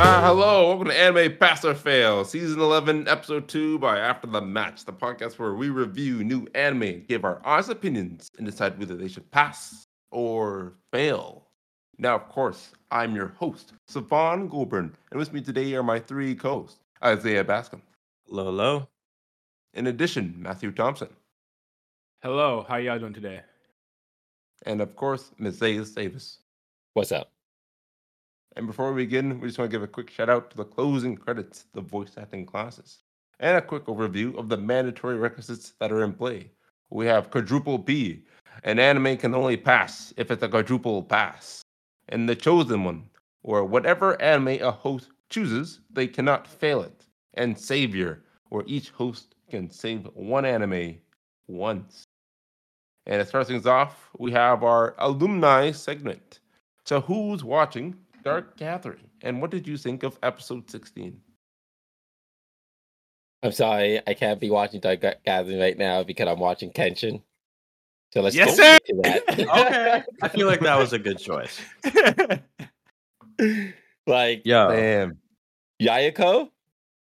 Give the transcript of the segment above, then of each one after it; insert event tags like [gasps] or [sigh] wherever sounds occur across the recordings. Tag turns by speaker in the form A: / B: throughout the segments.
A: Ah, hello. Welcome to Anime Pass or Fail, Season 11, Episode 2 by After the Match, the podcast where we review new anime, give our honest opinions, and decide whether they should pass or fail. Now, of course, I'm your host, Savon Goulburn, and with me today are my three co hosts, Isaiah Bascom.
B: Hello, hello.
A: In addition, Matthew Thompson.
C: Hello, how y'all doing today?
A: And of course, Ms. Zayas Davis.
D: What's up?
A: And before we begin, we just want to give a quick shout out to the closing credits, the voice acting classes, and a quick overview of the mandatory requisites that are in play. We have quadruple B. An anime can only pass if it's a quadruple pass. And the chosen one, or whatever anime a host chooses, they cannot fail it. And savior, where each host can save one anime once. And to start things off, we have our alumni segment. So who's watching Dark Gathering. And what did you think of episode 16?
D: I'm sorry, I can't be watching Dark Ga- Gathering right now because I'm watching Kenshin. So let's
B: Yes,
D: go
B: sir!
D: into that.
B: [laughs]
D: [laughs]
B: Okay. I feel like that was a good choice.
D: like
A: Oh.
B: Yo,
A: Damn.
D: Yayako,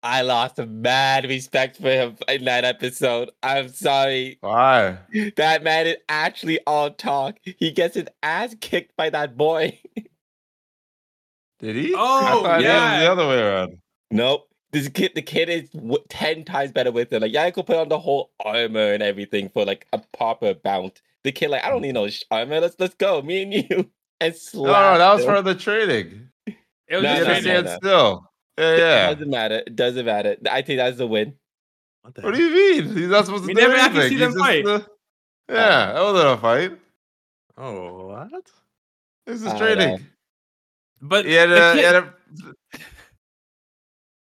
D: I lost a mad respect for him in that episode. I'm sorry.
A: Why?
D: That man is actually all talk. He gets his ass kicked by that boy. [laughs]
A: Did he?
B: Oh,
A: I thought it was
B: yeah.
A: the other way around.
D: Nope. This kid, the kid is w- ten times better with it. Like Yayako put on the whole armor and everything for like a proper bounce. The kid like, I don't need no sh- armor. Let's let's go, me and you. [laughs] And
A: Mm. No, no, Oh, that was
D: slapped him.
A: for the trading.
C: It was
D: No,
A: You had to
C: just
D: no,
C: crazy.
D: no.
A: stand still. Yeah,
D: It
A: yeah.
D: doesn't matter. It doesn't matter. I think that's the win.
B: what the
A: What
B: heck?
A: do you mean? He's not supposed to
C: We
A: do
C: never
A: anything.
C: actually see them
A: He's just,
C: fight.
A: uh, yeah, that wasn't a fight.
B: Oh, what?
A: This
D: I
A: is
D: know.
A: trading.
C: But
A: Yeah,
C: the
A: uh,
C: kid-
A: he had a-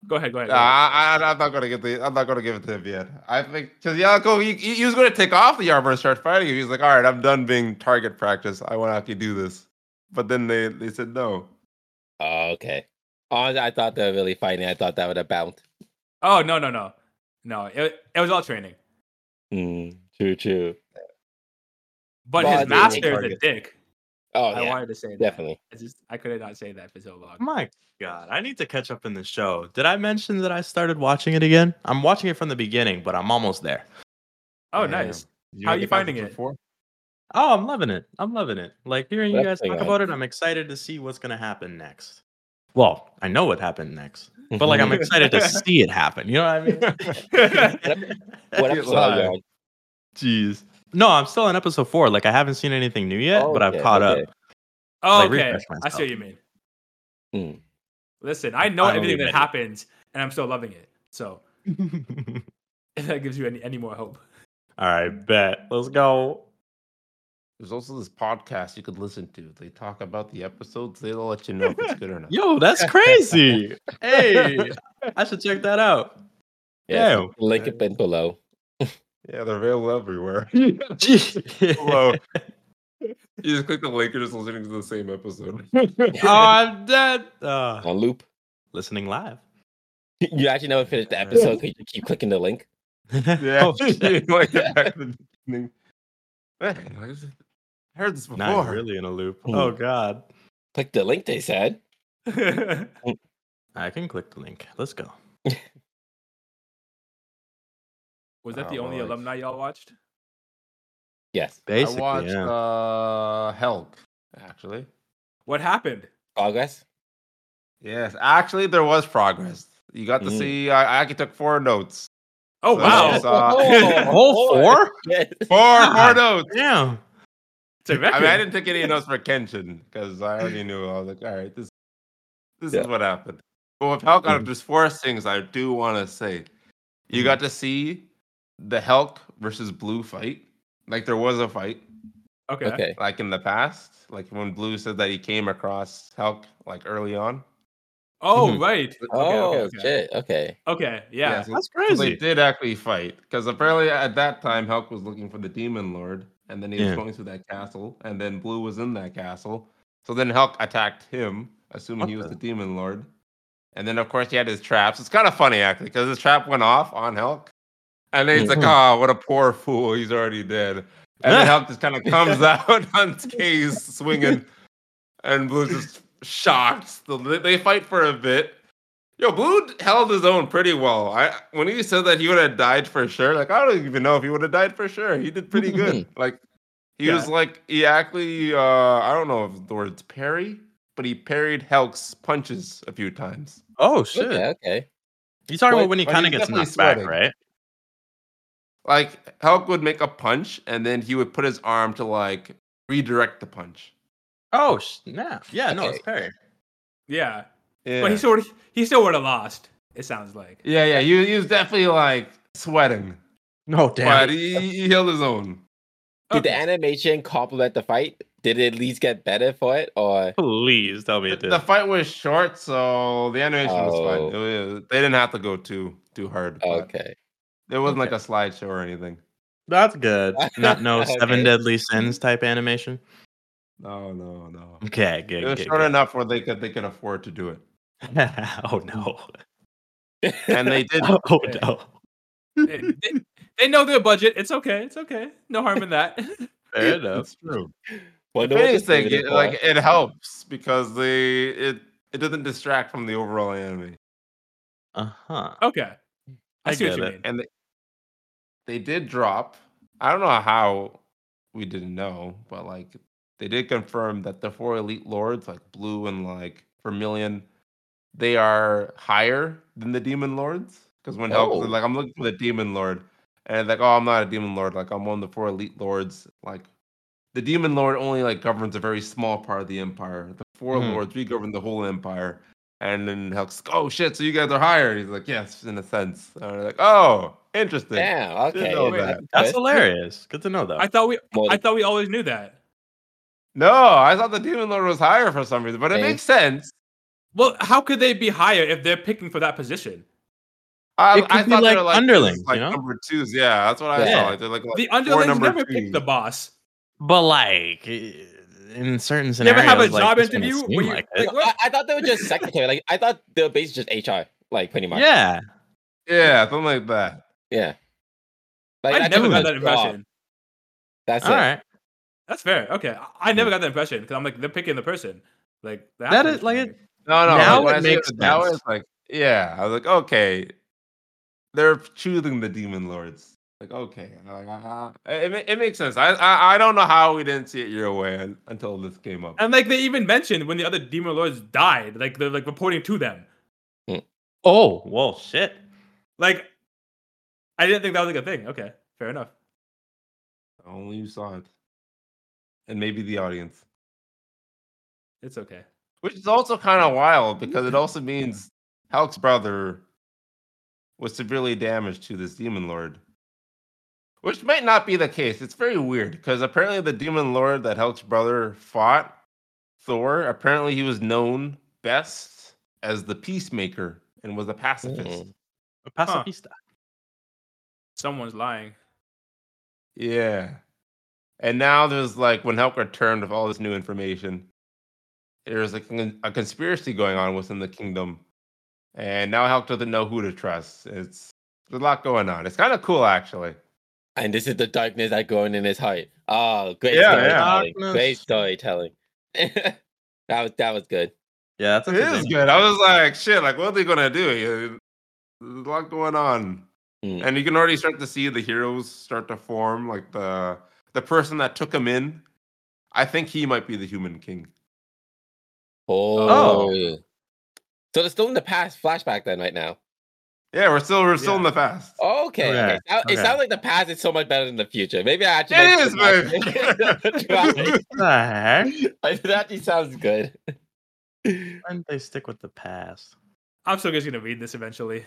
C: go ahead, go ahead.
A: Nah, I, I, I'm not gonna get the. I'm not gonna give it to him yet. I think because Yako, he, he he was gonna take off the armor and start fighting him. He's like, all right, I'm done being target practice. I want to actually do this. But then they they said no.
D: Oh, okay. Honestly, I thought they were really fighting. I thought that would have bounced.
C: go ahead. Oh no, no, no, no. It, it was all training.
D: Mm, true, true.
C: But
D: Well, I
C: his
D: do
C: master
B: like
C: is a dick.
D: Oh
C: I
D: yeah,
C: wanted to say that.
D: definitely.
C: I just I could not say that for so long.
B: My God, I need to catch up in the show. Did I mention that I started watching it again? I'm watching it from the beginning, but I'm almost there.
C: Oh,
A: Damn.
C: nice.
A: Did
C: How
A: make
C: you
A: it past
C: finding
A: episode
C: it?
A: four?
B: Oh, I'm loving it. I'm loving it. Like hearing you guys
D: That's
B: talk
D: nice.
B: about it, I'm excited to see what's gonna happen next. Well, I know what happened next,
D: Mm-hmm.
B: but like I'm
D: [laughs]
B: excited to see it happen. You know what I mean? [laughs]
D: what
A: Get
D: episode
A: live.
D: are you on?
B: Jeez. No, I'm still on episode four. Like I haven't seen anything new yet,
D: Oh,
B: but I've
D: okay,
B: caught
D: okay.
B: up.
C: Oh,
B: Like,
C: okay.
B: refresh
C: I see
B: myself.
C: what you mean.
A: Hmm.
D: Mm.
C: Listen, I know
B: finally
C: everything that
B: ready.
C: happens, and I'm still loving it. So [laughs]
D: [laughs]
C: if that gives you any, any more hope. [laughs]
B: All right, bet. Let's go.
A: There's also this podcast you could listen to. They talk about the episodes. They'll let you know if it's good
C: [laughs]
A: or not. [laughs]
B: Yo, that's crazy. hey, I should check that out.
D: Yes,
B: Ew.
D: link it in below.
A: Yeah, they're available
C: [laughs]
A: everywhere. [laughs]
B: oh,
A: Hello. you just click the link. You're just listening to the same
C: [laughs]
A: episode.
C: Oh,
B: oh, I'm dead. Uh,
C: Uh-huh.
D: On loop.
B: listening live.
D: You actually never finished the episode because you keep clicking the link.
A: Yeah, [laughs]
B: [laughs] Oh, shit.
A: like back to the beginning. Man, I just- I heard this before. Mm-hmm.
B: Now you're really in a loop.
D: Mm.
B: Oh God.
D: Click the link. They said.
B: I can click the link. Let's go.
C: was that
A: Oh,
C: the only
A: Lord.
C: alumni y'all watched?
D: Yes.
B: Basically,
A: I watched
B: yeah.
A: uh Helk, actually.
C: What happened?
D: Progress.
A: Yes, actually there was progress. You got to
B: Mm-hmm.
D: Mhm.
A: see I, I actually took four [laughs] notes.
C: Oh
A: So
C: wow, [laughs]
A: yes,
D: [laughs]
A: uh,
D: Oh,
B: Whole
A: [laughs]
D: boy.
B: four?
D: Yes.
A: Four four
B: God.
A: notes.
B: Damn.
C: it's a record.
A: I mean I didn't take any notes [laughs] for Kenshin because I already knew I was like, all right, this this
D: Yeah.
A: is what happened. But with Helk
B: Mm-hmm.
A: out of there's four things I do want to say. You got to see the Helk versus Blue fight. Like there was a fight.
C: okay.
D: Okay.
A: like in the past, like when Blue said that he came across Helk like early on.
C: Oh
A: [laughs]
D: Mhm.
C: right. Okay,
D: Oh
C: okay, okay.
D: shit. Okay.
C: Okay, yeah.
A: so-
B: That's
A: so they
B: crazy.
A: did actually fight because apparently at that time Helk was looking for the Demon Lord, and then he was
B: Yeah.
A: going through that castle, and then Blue was in that castle. So then Helk attacked him, assuming
B: What
A: he was
B: the-
A: the Demon Lord. And then of course he had his traps. It's kind of funny actually because his trap went off on Helk, and then he's like,
B: Mm-hmm.
D: Mhm.
A: "Ah, what a poor fool! He's already dead." And then Help just kind of
B: [laughs]
A: comes out [laughs] on K's swinging, and Blue's just shocked. So They they fight for a bit, Yo, Blue held his own pretty well. I when he said that he would have died for sure, like I don't even know if he would have died for sure. He did pretty good. Like he
C: Yeah.
A: was like he actually uh I don't know if the word's parry, but he parried Helk's punches a few times.
B: Oh shit!
D: Okay, okay.
B: You talking
A: Like-
B: about when he
A: like,
B: kind of
A: he's
B: gets
A: definitely
B: knocked
A: sweating.
B: back, right?
A: Like Helk would make a punch and then he would put his arm to like redirect the punch.
B: Oh snap! Yeah, no, it's Perry.
C: Yeah.
A: Yeah.
C: But he sort of, he still would have lost. It sounds like.
A: yeah, yeah. He, he was definitely like sweating.
B: No,
A: But he, he held his own.
D: Did the
C: Okay.
D: animation complement the fight? Did it at least get better for it? Or
B: Please tell me
A: The,
B: it did.
A: the fight was short, so the animation was fine.
D: Oh.
A: It was- they didn't have to go too too hard. but
D: okay,
A: There wasn't
B: Oh, Okay.
A: like a slideshow or anything.
B: That's good. Not no
D: Okay.
B: seven deadly sins type animation.
A: No, no,
B: [laughs]
A: no.
B: Okay,
A: It
B: good.
A: was
B: good,
A: short
B: good.
A: enough where they could they could afford to do it,
B: [laughs] oh no!
A: [laughs] and they did.
B: [laughs] Oh no!
C: they, they- they know their budget. It's okay. It's okay. No harm in that. [laughs]
B: [laughs] Fair enough.
A: true.
D: Wonder
A: If
D: what this
A: anything,
D: rated
A: it,
D: for.
A: like it helps because they it it doesn't distract from the overall anime.
B: Uh huh.
C: Okay. I,
B: I
C: see what
B: get
C: you
B: it.
C: mean.
A: And they they did drop. I don't know how we didn't know, but like they did confirm that the four elite lords, like Blue and like Vermilion, they are higher than the demon lords. Because when help
D: Oh.
A: like I'm looking for the demon lord, and it's like, oh, I'm not a demon lord. Like I'm one of the four elite lords. Like the demon lord only like governs a very small part of the empire. The 4
B: Mhm.
A: lords we govern the whole empire. And then Hulk's oh shit, so you guys are higher. He's like, yes, in a sense. And we're like, oh, interesting.
D: Damn. Okay.
A: know
D: that's
A: that.
D: a
B: That's
D: twist.
B: hilarious. Good to know though.
C: I thought we
D: Well,
C: I thought we always knew that.
A: No, I thought the demon lord was higher for some reason, but it
D: Hey.
A: makes sense.
C: Well, how could they be higher if they're picking for that position?
A: I,
B: It could
A: I
B: be
A: thought they
B: like
A: were like
B: underlings,
A: just, like
B: you know?
A: number twos. Yeah, that's what I
D: Yeah.
A: saw. Like, they're like, like
C: The
A: four
C: underlings
A: number
C: never
A: twos.
C: pick the boss.
B: But like i- in certain
C: You ever
B: scenarios,
C: have a
B: like,
C: job
B: it's gonna
C: interview
B: seem
C: where you-
B: like
C: like,
B: it.
D: I, I thought they were just secretary. Like I thought they were basically just HR. [laughs] Like pretty much.
B: yeah,
A: Yeah, something like that.
D: Yeah.
C: I,
D: that's
C: never
D: just
C: got that
D: a job.
C: impression.
D: "Oh, That's
B: all
D: it.
B: right.
C: That's fair. Okay, I- I never got that impression because I'm like they're picking the person. Like the
B: That
C: Hathaway's
B: is, like,
C: from here.
A: No, no.
B: Now
A: like, when
B: it
A: I see
B: makes
A: Now
B: sense.
A: it's like, yeah. I was like, okay, they're choosing the demon lords. Like, okay, like, uh, it, ma- it makes sense. I, I I don't know how we didn't see it your way un- until this came up.
C: and like they even mentioned when the other demon lords died, like they're like reporting to them.
B: Oh well, shit.
C: Like I didn't think that was like a thing. Okay, fair enough.
A: Only you saw it, and maybe the audience,
C: It's okay.
A: which is also kind of wild because it also means Hulk's brother was severely damaged to this demon lord. Which might not be the case. It's very weird because apparently the demon lord that Hulk's brother fought, Thor, apparently he was known best as the peacemaker and was a pacifist.
B: A pacifista.
C: Someone's lying.
A: Yeah. And now there's like when Helk returned with all this new information, there's like con- a conspiracy going on within the kingdom. And now Helk doesn't know who to trust. It's there's a lot going on. It's kind of cool actually.
D: And this is the darkness that going in his heart. Oh, great
A: Yeah,
B: yeah.
D: storytelling. Great
B: Darkness.
D: storytelling. [laughs] that was that was good.
B: Yeah, that's a
A: It
B: good
A: is
B: name.
A: good. I was like, shit, like what are they gonna do? Yeah, There's a lot going on.
D: Mm.
A: And you can already start to see the heroes start to form, like the the person that took him in. I think he might be the human king.
D: Oh. So they're still in the past flashback then right now.
A: Yeah, we're still we're still in
C: Yeah.
A: the past.
D: Okay. okay.
B: Okay,
D: It sound- It
B: okay.
D: sounds like the past is so much better than the future. Maybe I actually
A: It
D: like
A: is,
D: the [laughs]
A: man. [laughs]
B: What the heck?
D: past. that actually sounds good. [laughs]
B: Why didn't they stick with the past?
C: I'm still just gonna read this eventually.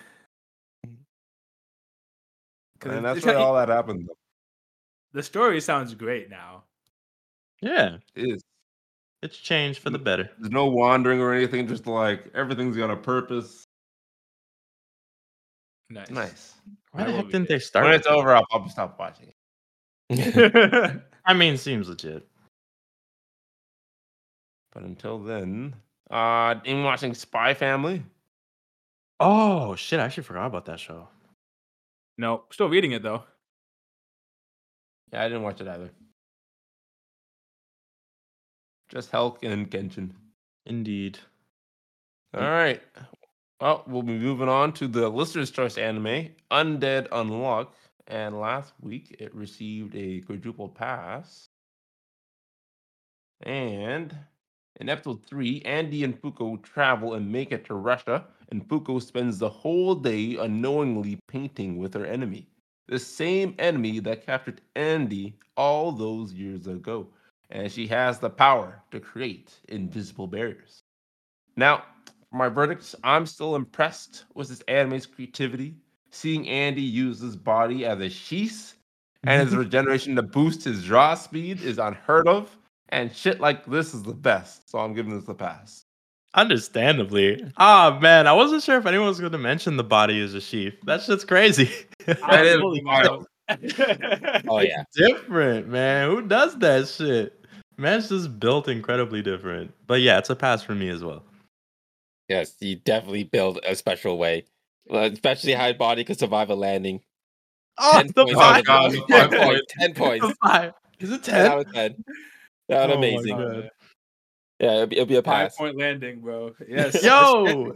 C: 'Cause
A: and
C: it's-
A: that's
C: it's
A: where
C: kinda-
A: all that happened.
C: the story sounds great now.
B: Yeah,
A: Though. It is.
B: it's changed for the better.
A: There's no wandering or anything. Just like everything's got a purpose.
C: Nice.
B: Why
C: I
B: the
C: love
B: heck
C: it,
B: didn't they start?
A: When
B: with
A: it's over, I'll probably stop watching. it.
B: [laughs] it? I mean, seems legit.
A: But until then, uh, in watching Spy Family,
B: Oh shit! I actually forgot about that show.
C: [laughs] No, still reading it
B: [laughs]
C: though.
A: yeah, I didn't watch it either. Just Hulk and Genshin.
B: Indeed.
A: All right, Well, we'll be moving on to the listener's choice anime, Undead Unlock. And last week it received a quadruple pass. And in episode three, Andy and Fuko travel and make it to Russia, and Fuko spends the whole day unknowingly painting with her enemy. The same enemy that captured Andy all those years ago. And she has the power to create invisible barriers. Now, for my verdicts, I'm still impressed with this anime's creativity. Seeing Andy use his body as a sheath and [laughs] his regeneration to boost his draw speed is unheard of. And shit like this is the best. So I'm giving this a pass.
B: Understandably. [laughs] Ah man, I wasn't sure if anyone was going to mention the body as a sheath. That shit's crazy. [laughs]
A: I didn't-
B: Holy
A: I-
B: crap.
C: [laughs]
D: Oh yeah.
B: different, man. Who does that shit? Man's just built incredibly different. But yeah, it's a pass for me as well.
D: Yes, you definitely build a special way. Well, Especially how your body could survive a landing.
B: Oh, the
D: points.
A: five.
B: five.
A: God,
D: Ten
A: five
B: [laughs]
D: points. Ten points.
B: The five. Is it
D: Ten out
B: [laughs] ten?
D: of ten. That was
B: Oh my
D: amazing.
B: God.
D: Yeah, it'll be, it'll be a
C: Five
D: pass.
C: point landing,
B: [laughs]
C: bro. [laughs] Yes.
B: Yo,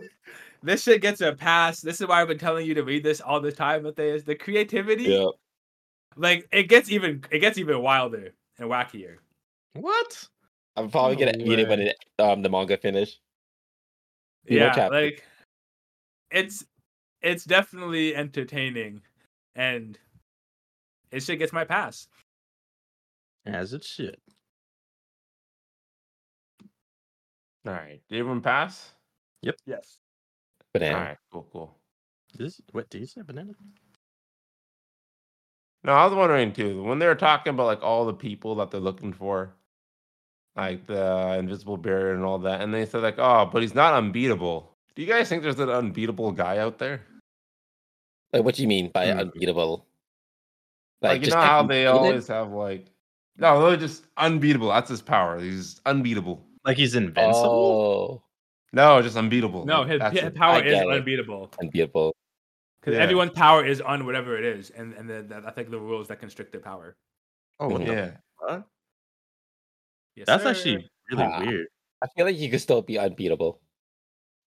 C: this shit gets a pass. This is why I've been telling you to read this all the time. But is the creativity,
D: Yeah.
C: like it gets even, it gets even wilder and wackier.
B: what?
D: I'm probably gonna
B: No
D: read it when it, um the manga finish. You know,
C: yeah,
D: Cap.
C: like it's it's definitely entertaining, and it shit gets my pass.
B: As it should.
A: All right. Did everyone pass?
C: Yes.
A: All
D: Banana.
A: right. Cool, cool.
B: This, what did you say, banana?
A: No, I was wondering too. When they were talking about like all the people that they're looking for, like the invisible barrier and all that, and they said like, "Oh, but he's not unbeatable." Do you guys think there's an unbeatable guy out there?
D: Like, what do you mean by
B: Hmm.
D: unbeatable?
A: Like, you know
D: get
A: how they
D: unbeaten?
A: always have like, no, they're just unbeatable. That's his power. He's unbeatable.
B: Like he's
D: Oh.
B: invincible?
A: No, just unbeatable.
C: No,
A: Like,
C: his,
A: that's
C: his
A: it.
D: I
C: power is
D: get it.
C: unbeatable
D: Oh, unbeatable.
C: because
A: Yeah.
C: everyone's power is on whatever it is, and and then that- I think the rules that constrict their power.
B: Oh, what the-
A: yeah.
C: Yes,
B: that's
C: Oh, sir.
B: actually really
D: Ah.
B: weird.
D: I feel like you could still be unbeatable.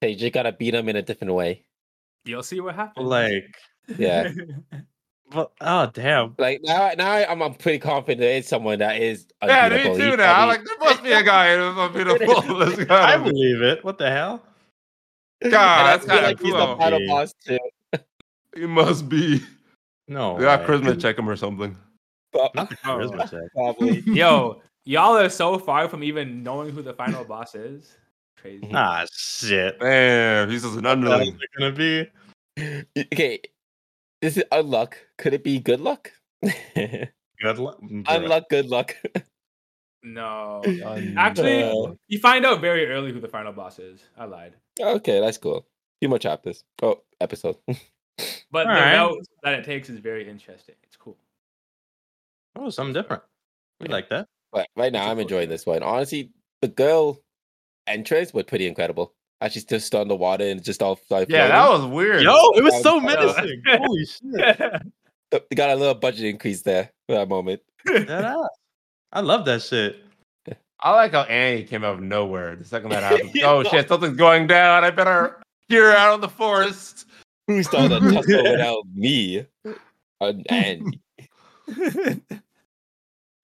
D: So you just gotta beat them in a different way.
C: you'll see what
B: But,
C: happens.
B: Like,
C: [laughs]
B: [laughs]
D: Yeah.
B: but, oh,
D: [laughs]
B: damn.
D: Like now, now I'm, I'm pretty confident there is someone that is
A: Yeah,
D: unbeatable.
A: me
D: He's
A: too. Now,
D: probably-
A: like, there must be a guy who's
D: [laughs]
A: unbeatable. [laughs] There's gotta
B: I
A: be.
B: believe it. What the hell?
A: God,
D: and I
A: that's
D: feel
A: kind of
D: like he's the [laughs]
A: cool.
D: final
B: Yeah.
D: boss too.
A: He must be.
B: No.
D: Oh,
A: We got
B: way.
A: charisma check him or something.
D: But
B: Not the charisma check.
D: [laughs] probably.
C: Oh, yo, y'all are so far from even knowing who the final boss is. Crazy.
B: Ah, shit.
A: Man, he's just an
B: What is
A: underling.
B: it gonna be?
D: Okay, this is unluck. Could it be good luck? [laughs]
B: Good luck.
D: unluck, good luck.
C: No. Actually-
D: [laughs] Uh,
C: You find out very early who the final boss is. I lied.
D: okay, that's cool. Few more chapters. Oh, episode. [laughs]
C: But the
B: Alright.
C: route that it takes is very interesting. It's cool.
B: Oh, something different. We
D: Yeah.
B: like that.
D: But right now,
C: It's
D: I'm
C: okay.
D: enjoying this one. Honestly, the girl entrance was pretty incredible. How she's just on the water and just all like
A: Yeah, that was weird.
B: Yo, it was so
D: Um,
B: menacing. Holy [laughs] shit.
C: yeah,
D: was Uh, got a little budget increase there for that moment.
B: That ass. I love that shit.
A: I like how Annie came out of nowhere the second
C: [laughs]
A: that happened.
D: Yeah.
A: oh shit, something's going down. I better hear out of the forest.
D: Who started a tussle [laughs] without me?
B: [laughs]
D: And, and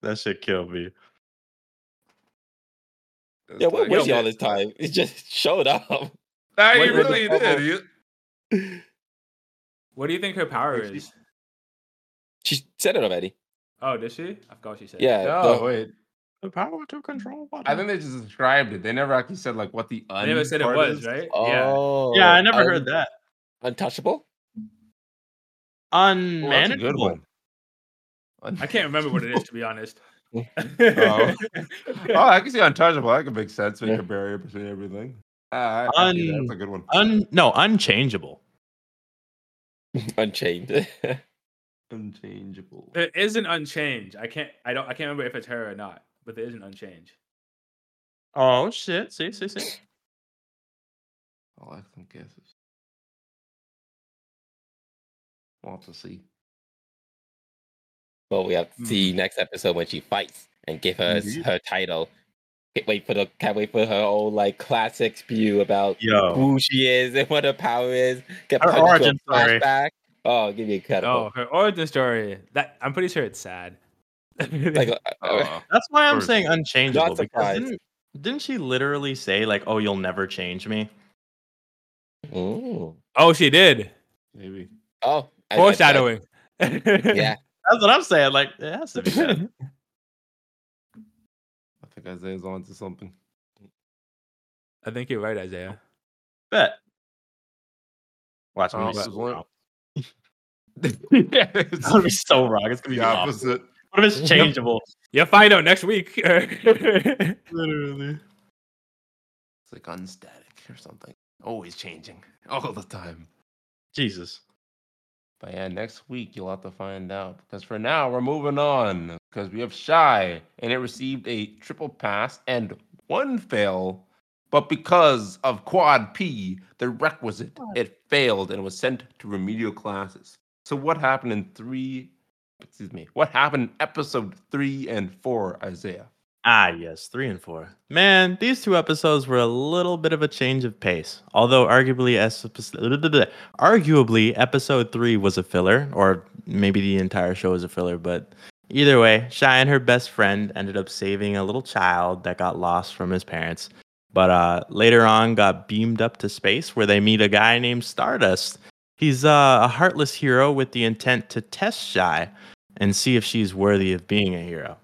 B: That shit killed me.
D: yeah, where
A: It's
D: was
A: like,
D: she all this time? It just showed up.
A: Nah, he
D: Wait, wait,
A: really
D: wait,
A: did.
D: oh.
A: You-
C: What do you think her power is?
D: She said it already.
C: Oh, did she? I forgot what she said.
D: Yeah.
A: No,
D: the-
A: wait.
B: The power to control water.
A: I think they just described it. They never actually said like what the uh,
C: I
A: un.
C: never said it
A: part
C: was,
A: is.
C: right? yeah.
D: Oh,
B: yeah, I never
D: un-
B: heard that.
D: Untouchable.
A: Well, Oh, that's a good
B: Unmanageable.
A: one.
C: I can't remember what it is to be [laughs] honest.
A: Oh. [laughs] oh, I can see untouchable. That could make sense. Make
D: Yeah.
A: a barrier between everything. Ah, I, I see that.
B: Un-
A: That's a good one.
B: Un no, unchangeable.
D: Unchained. [laughs]
A: Unchangeable.
C: [laughs] there is an unchange. I can't I don't I can't remember if it's her or not, but there is an unchange.
B: Oh shit. See, see, see.
A: I'll have some
D: [laughs]
A: guesses. We'll have to see.
B: Hmm.
D: well, we have to see next episode when she fights and give her s-
A: Indeed.
D: her title. Can't wait for the can't wait for her old like classic spew about
B: [laughs] Yo,
D: who she is and what her power is. Get
B: Her
D: punched into a
B: origin story.
D: flashback. Oh, give me a cut.
C: Oh, her origin story. That I'm pretty sure it's sad. [laughs]
D: Like, uh, uh,
A: Oh,
B: that's why I'm
A: Or-
B: saying unchangeable.
D: Not
B: Because
D: surprised.
B: didn't, didn't she literally say like, "Oh, you'll never change me"?
D: uh, ooh.
C: oh, she did
A: maybe.
D: oh, I- I- I-
C: foreshadowing.
D: [laughs]
C: [laughs]
D: Yeah,
B: That's what I'm saying. Like, it has to be that.
A: I think Isaiah's on to something.
C: I think you're right, Isaiah.
B: bet. Watch, I'm
A: Oh,
B: gonna be
A: that
B: so
A: one-
B: wrong. [laughs]
A: yeah, it's
B: I'm gonna be so wrong. It's gonna be
A: the
B: awful.
A: opposite. [laughs]
B: What if it's changeable?
C: You'll find out next week. [laughs] That's
B: Literally.
A: It's like unstatic or something. Always changing, all the time.
B: Jesus.
A: But yeah, next week you'll have to find out. Because for now, we're moving on. Because we have Shy, and it received a triple pass and one fail. But because of Quad P, the requisite, it failed and was sent to remedial classes. So what happened in three, excuse me, what happened in episode three and four, Isaiah?
B: Ah, yes, three and four. Man, these two episodes were a little bit of a change of pace. Although arguably, es- arguably, episode three was a filler, or maybe the entire show was a filler. But either way, Shy and her best friend ended up saving a little child that got lost from his parents. But uh, later on, got beamed up to space where they meet a guy named Stardust. He's uh, a heartless hero with the intent to test Shy and see if she's worthy of being a hero.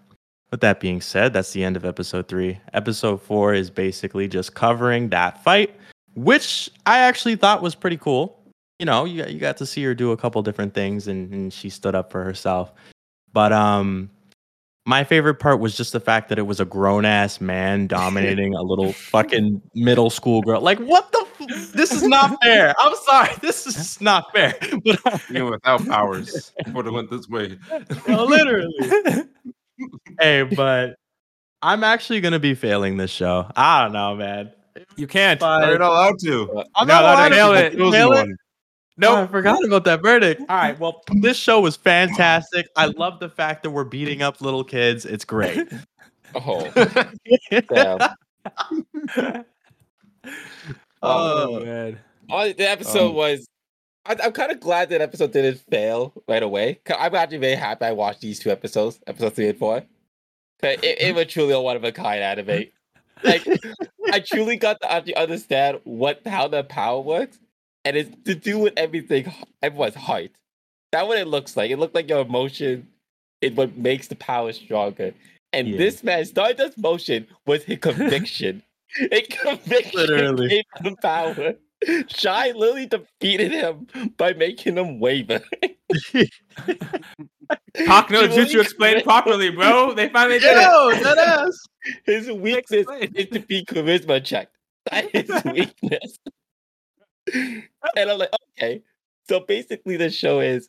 B: With that being said, that's the end of episode three. Episode four is basically just covering that fight, which I actually thought was pretty cool. You know, you, you got to see her do a couple different things and, and she stood up for herself. But um, my favorite part was just the fact that it was a grown ass man dominating a little fucking middle school girl. Like, what the? F- this is not fair. I'm sorry. This is not fair. But
A: Even without
C: [laughs]
A: powers, [laughs] would have went this way.
B: [laughs] well, Oh, literally. [laughs] hey, but I'm actually gonna be failing this show. I don't know, man.
C: You can't.
B: But-
A: You're not allowed to.
C: No, no,
B: I'm not
C: no,
B: allowed to
C: nail
B: be
C: it.
B: the
A: Chosen
B: chosen
A: one.
B: one.
C: Nope.
B: Oh, I forgot about that verdict. All right, well, this show was fantastic. I love the fact that we're beating up little kids. It's [laughs] great.
D: [laughs] oh,
B: oh,
D: damn.
C: Oh, man.
D: Oh, the episode
A: Um,
D: was. I, I'm kind of glad that episode didn't fail right away. 'Cause I'm actually very happy I watched these two episodes, episode three and four. 'Cause It, it was truly a one of a kind anime. Like, I truly got to actually understand what how the power works, and it's to do with everything, everyone's heart. That what it looks like. It looked like your emotion is what makes the power stronger. And
B: Yeah.
D: this man, Stardust's motion was his conviction. It conviction
B: Literally.
D: gave him power. Shy literally defeated him by making him waver.
C: [laughs] Talk no
D: She literally
C: jutsu explained
D: convinced-
C: properly, bro. They finally did it.
B: Yo, [laughs] that ass.
D: His weakness
C: Explain.
D: is to be charisma checked. That is weakness. and I'm like, okay. So basically, the show is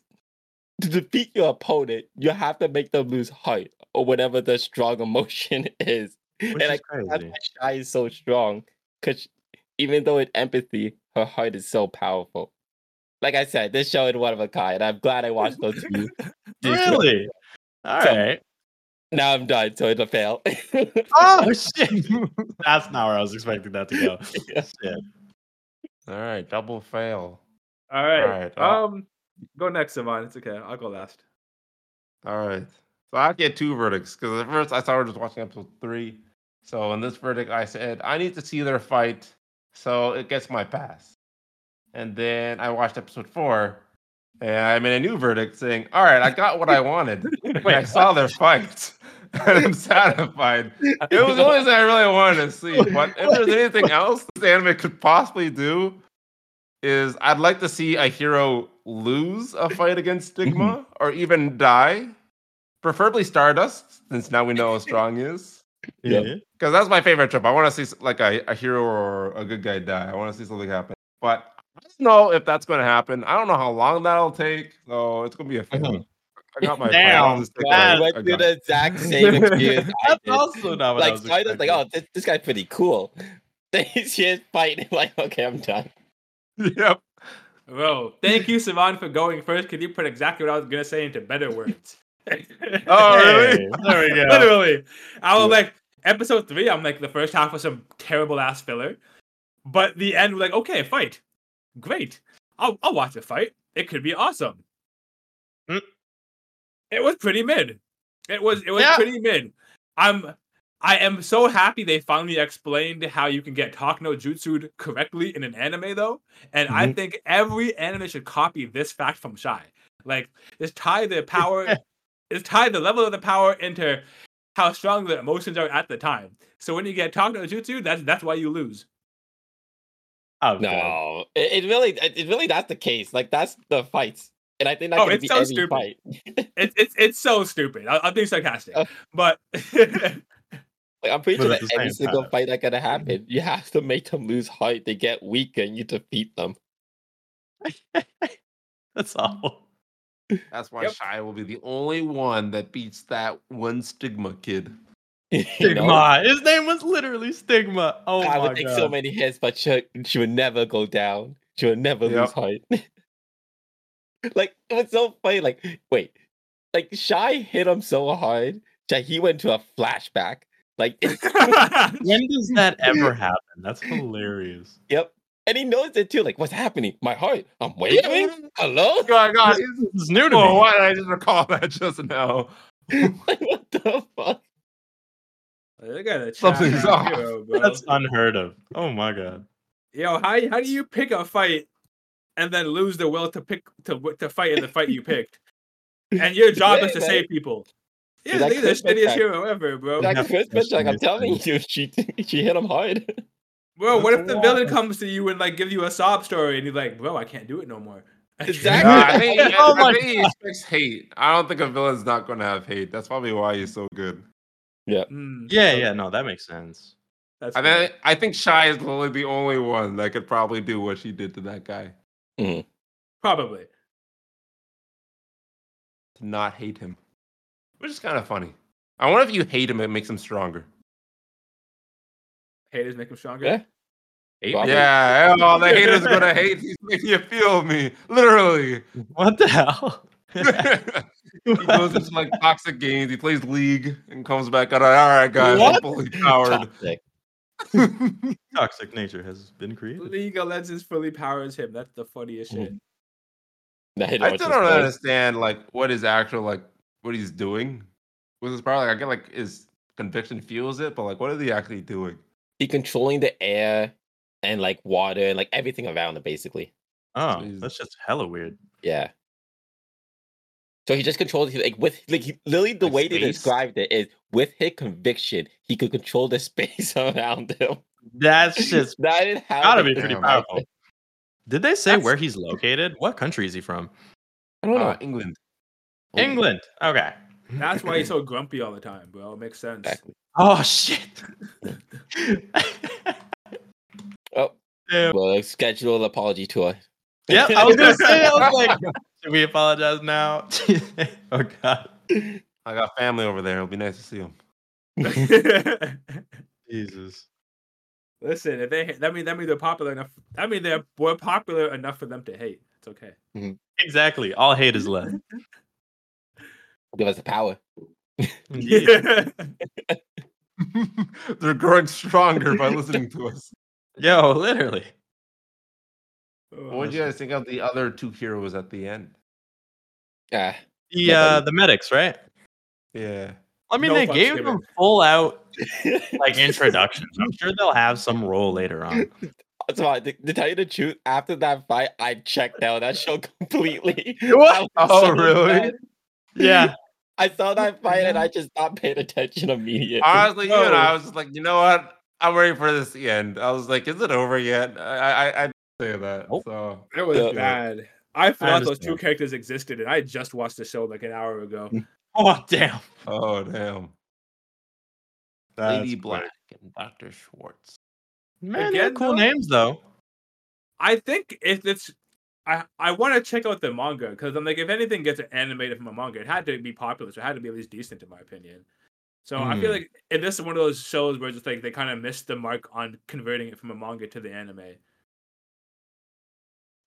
D: to defeat your opponent, you have to make them lose heart or whatever the strong emotion [laughs] is.
B: Which
D: and
B: is
D: I that's
B: crazy.
D: why Shy is so strong because even though in empathy, her heart is so powerful. Like I said, this show is one of a kind. I'm glad I watched those
B: [laughs]
D: two. these two-
B: Really? All
D: So-
B: right.
D: Now I'm done, so it'll fail. [laughs]
B: Oh shit. [laughs] That's not where I was expecting that to
D: [laughs]
B: go. Shit.
A: All right, double fail.
C: [laughs] All right.
A: Alright, I'll-
C: Um, go next, Savon. It's okay. I'll go last.
A: All right. So I get two verdicts because at first I started just watching episode three. So in this verdict, I said I need to see their fight, so it gets my pass. And then I watched episode four, and I made a new verdict saying, "All right, I got what I wanted. and I
C: [laughs]
B: Wait,
A: saw their fight, [laughs] and I'm satisfied. It was the only thing I really wanted to see. But if there's anything else this anime could possibly do, is I'd like to see a hero lose a fight against Stigma or even die. Preferably Stardust, since now we know how strong he is.
D: Yeah.
B: Yeah.
A: Because that's my favorite trip. I want to see s- like a, a hero or a good guy die. I want to see something happen. But I don't know if that's going to happen. I don't know how long that'll take. So it's going to be a
D: Uh-huh.
A: fail. I got my
B: Damn,
A: I'll just take what
D: I
A: I-
B: that-
D: went
A: I
D: through
A: got.
D: the exact same
B: [laughs]
D: experience. I
B: That's
D: did.
B: also not what I
D: like
B: was
D: Stardust, like,
B: expecting.
D: oh, this, this guy's pretty cool. [laughs] Then he's just fighting, [laughs] like, okay, I'm done.
A: [laughs] Yep.
C: Bro, thank you, Savon, for going first because you put exactly what I was going to [laughs] say into better words.
A: Oh, really?
B: Hey, There we go.
C: Literally. I was like, episode three, I'm like the first half was some terrible ass filler, but the end, like okay, fight, great. I'll I'll watch a fight. It could be awesome.
B: Mm.
C: It was pretty mid. It was it was
B: Yeah.
C: pretty mid. I'm I am so happy they finally explained how you can get Talk no Jutsu correctly in an anime though, and
B: Mm-hmm.
C: I think every anime should copy this fact from Shy. Like, just tie the power, just tie the level of the power into how strong the emotions are at the time. So when you get Talk no Jutsu, that's that's why you lose.
B: Oh, God.
D: No, it, it really, it, it really that's the case. Like that's the fights, and I think that
C: Oh,
D: could
C: it's
D: be
C: so
D: any
C: stupid.
D: fight.
C: It's it's it's so stupid. I, I'm being sarcastic,
D: Oh.
C: but [laughs]
D: Like, I'm pretty
B: But
D: sure
B: at
D: that
B: the
D: every
B: same
D: single
B: time-
D: fight that gonna happen, you have to make them lose heart. They get weak, and you defeat them. [laughs]
B: [laughs] That's awful.
A: That's why
C: Yep.
A: Shy will be the only one that beats that one stigma kid.
D: You know?
B: Stigma. His name was literally Stigma. Oh
D: I
B: my
D: would take
B: god.
D: so many hits, but she, she would never go down. She would never
A: Yep.
D: lose height. [laughs] like it was so funny. Like wait, like Shy hit him so hard that he went to a flashback. Like [laughs]
B: [coughs]
D: it-
B: when does
D: [laughs]
B: that ever happen? That's hilarious.
D: yep, and he knows it too. Like what's happening? My heart. I'm waving.
B: [laughs]
D: Hello. [laughs]
A: Oh God, God,
B: This is new to
A: oh,
B: me.
A: why did I just recall that just now?
D: like what the fuck?
C: they gotta check
A: Something's
C: out
A: off.
C: Hero, bro.
B: That's unheard of. Oh my god.
C: Yo, how how do you pick a fight and then lose the will to pick to w- to fight in the fight you picked? And your job is to
D: Yeah,
C: save people. Yeah,
D: that
C: they're the
D: Christmas
C: shittiest
D: time.
C: hero ever, bro.
B: That-
D: Like
B: have
D: first
B: finished
D: bitch, like I'm
B: this
D: telling
B: thing.
D: you, [laughs] she she hit him hard.
C: Bro, what if
B: That's
C: the villain comes to you and like give you a sob story and you're like, bro, I can't do it no more.
A: Nah,
D: Exactly.
A: Uh, I think, I
B: Oh my
A: think he expects hate. I don't think a villain's not going to have hate. That's probably why he's so good.
C: Mm,
B: Yeah, yeah, no, that makes sense.
C: that's
A: I
C: fair.
A: think, I think Shy is literally the only one that could probably do what she did to that guy.
C: probably.
A: To not hate him, which is kind of funny. I wonder if you hate him, it makes him stronger.
C: Haters make him stronger.
D: Yeah.
B: Eight-
D: Probably.
A: Yeah, all the haters going to hate. He's making you feel me, literally.
B: What the
D: [laughs]
B: hell?
A: he goes into like toxic games. He plays league and comes back out. All right, guys, I'm
D: What?
A: fully [laughs] powered.
D: Toxic.
B: [laughs]
A: [laughs]
B: Toxic nature has been created.
C: League of Legends fully powers him. That's the funniest
D: Mhm.
C: shit.
D: That hit him
A: I
D: with
A: still
D: his
A: don't
D: voice.
A: understand like what his actual like what he's doing with his power. Like I get like his conviction fuels it, but like what is he actually doing?
D: He controlling the air and like water and like everything around it, basically.
B: Oh,
A: Jesus.
B: that's just hella weird.
D: Yeah. So he just controls he, like with like he, literally the
A: Like
D: way they
A: space?
D: described it is with his conviction he could control the [laughs] space around him. [laughs]
B: That's just
D: That is how
B: gotta
D: they
B: be pretty
A: damn.
D: described
B: powerful.
D: it.
B: Did they say
D: That's-
B: where he's located? What country is he from?
D: I don't know.
A: Uh, England.
D: Oh.
B: England. Okay.
C: That's why he's
D: [laughs]
C: so grumpy all the time, bro. It makes sense. [laughs]
D: Exactly. [laughs]
B: Oh shit.
D: Oh.
B: Damn.
D: Well, like, schedule an apology tour. [laughs]
B: [laughs] Yep, I was gonna say, I was like, [laughs] should we apologize now? [laughs] oh god.
A: I got family over there. It'll be nice to see him.
D: Mm-hmm.
B: Jesus.
C: Listen, if they hate, that mean that means they're popular enough. That mean they're we're popular enough for them to hate. It's okay.
B: Exactly. All hate is [laughs] left.
D: Give us the power.
C: [laughs]
B: Indeed.
A: [laughs] They're growing stronger by listening to us. [laughs]
B: Yo, literally.
C: Oh,
A: What would you guys think of the other two heroes at the end?
D: Yeah. [laughs]
B: The
D: Yeah,
B: uh
D: buddy.
B: the medics, right?
A: Yeah.
B: I mean
C: No
B: they
C: fucks
B: gave
C: given.
B: them full out like introductions. I'm sure they'll have some role later on.
D: That's why to, to tell you the truth, after that fight, I checked out that show [laughs] completely.
B: What?
D: I was
A: Oh, really?
D: sad.
B: [laughs] Yeah.
D: I saw that fight and I just stopped paying attention immediately.
A: [laughs] Honestly, you and I
C: No.
A: was just like, you know what? I'm ready for this to end. I was like, is it over yet? I I, I I'd say that.
B: Nope.
A: So
C: That was
D: Yeah.
C: bad. I forgot those two
B: understand.
C: characters existed, and I just watched the show like an hour ago.
B: Oh damn.
A: oh damn. Lady
B: That's
A: Black
B: great.
A: and Doctor Schwartz.
B: Man, they're
C: Again,
B: cool
C: though?
B: names though.
C: I think if it's, I I want to check out the manga because I'm like, if anything gets animated from a manga, it had to be popular, so it had to be at least decent in my opinion. So I feel
B: Mm.
C: like if this is one of those shows where just like they kind of missed the mark on converting it from a manga to the anime.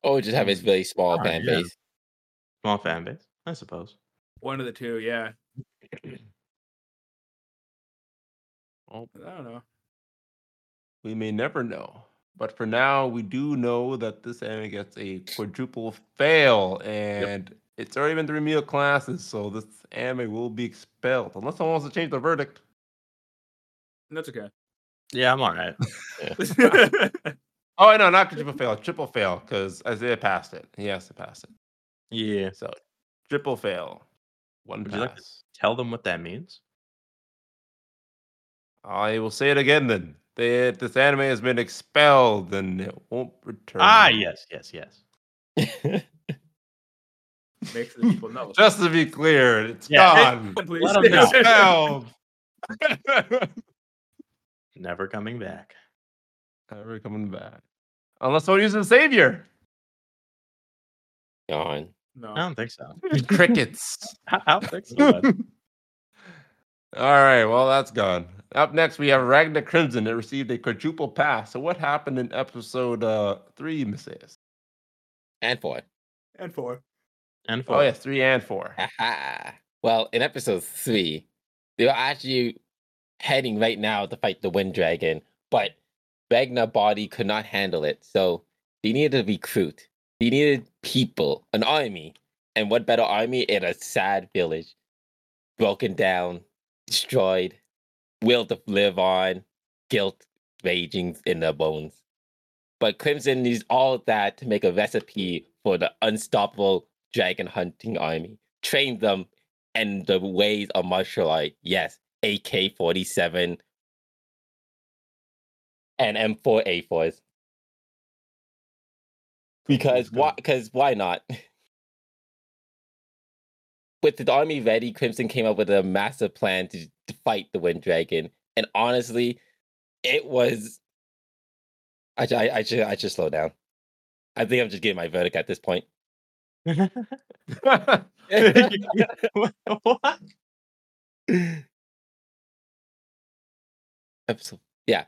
D: Or just have his really small
B: Oh,
D: fan
B: yeah.
D: base.
B: Small fan base, I suppose.
C: One of the two, yeah.
B: Oh,
C: I don't know.
A: We may never know. But for now, we do know that this anime gets a quadruple fail, and it's already been three meal classes, so this anime will be expelled unless someone wants to change the verdict.
C: That's okay.
B: yeah, I'm all right.
C: [laughs]
A: Oh, no, not quadruple fail, triple fail, because Isaiah passed it. He has to pass it.
B: Yeah.
A: So triple fail, one
B: Would
A: pass.
B: you like to- Tell them what that means.
A: I will say it again then. They, this anime has been expelled and it won't return.
B: Ah, yes, yes, yes.
C: Make sure the
B: [laughs]
C: people know.
A: Just to be clear, it's
B: Yeah.
A: gone.
B: [laughs]
C: Please.
B: Let 'em know.
A: expelled. [laughs]
B: Never coming back.
A: Never coming back. Unless someone uses a savior.
D: [laughs] Gone.
B: I
C: [laughs] No.
B: don't think so.
A: Crickets.
B: I I don't [laughs] think so. bud.
A: [laughs] All right, well, that's gone. Up next, we have Ragnar Crimson. It received a quadruple pass. So, what happened in episode uh, three, Messias?
D: And four.
C: And four.
B: and
A: Oh,
B: four.
A: yes, three and
B: [laughs]
A: four.
D: Aha. Well, in episode three, they were actually heading right now to fight the wind dragon, but Ragnar body could not handle it, so they needed to recruit. They needed people, an army. And what better army in a sad village? Broken down, destroyed, will to live on, guilt raging in their bones. But Crimson needs all of that to make a recipe for the unstoppable dragon hunting army train them in the ways of martial art. Yes, AK 47 and M4A4s. Because
A: good.
D: why? Because why not? With the army ready, Crimson came up with a massive plan to, to fight the Wind Dragon, and honestly, it was. I, I, I should I should slow down. I think I'm just giving my verdict at this point. [laughs]
A: [laughs]
B: what?
D: Absolutely. Yeah.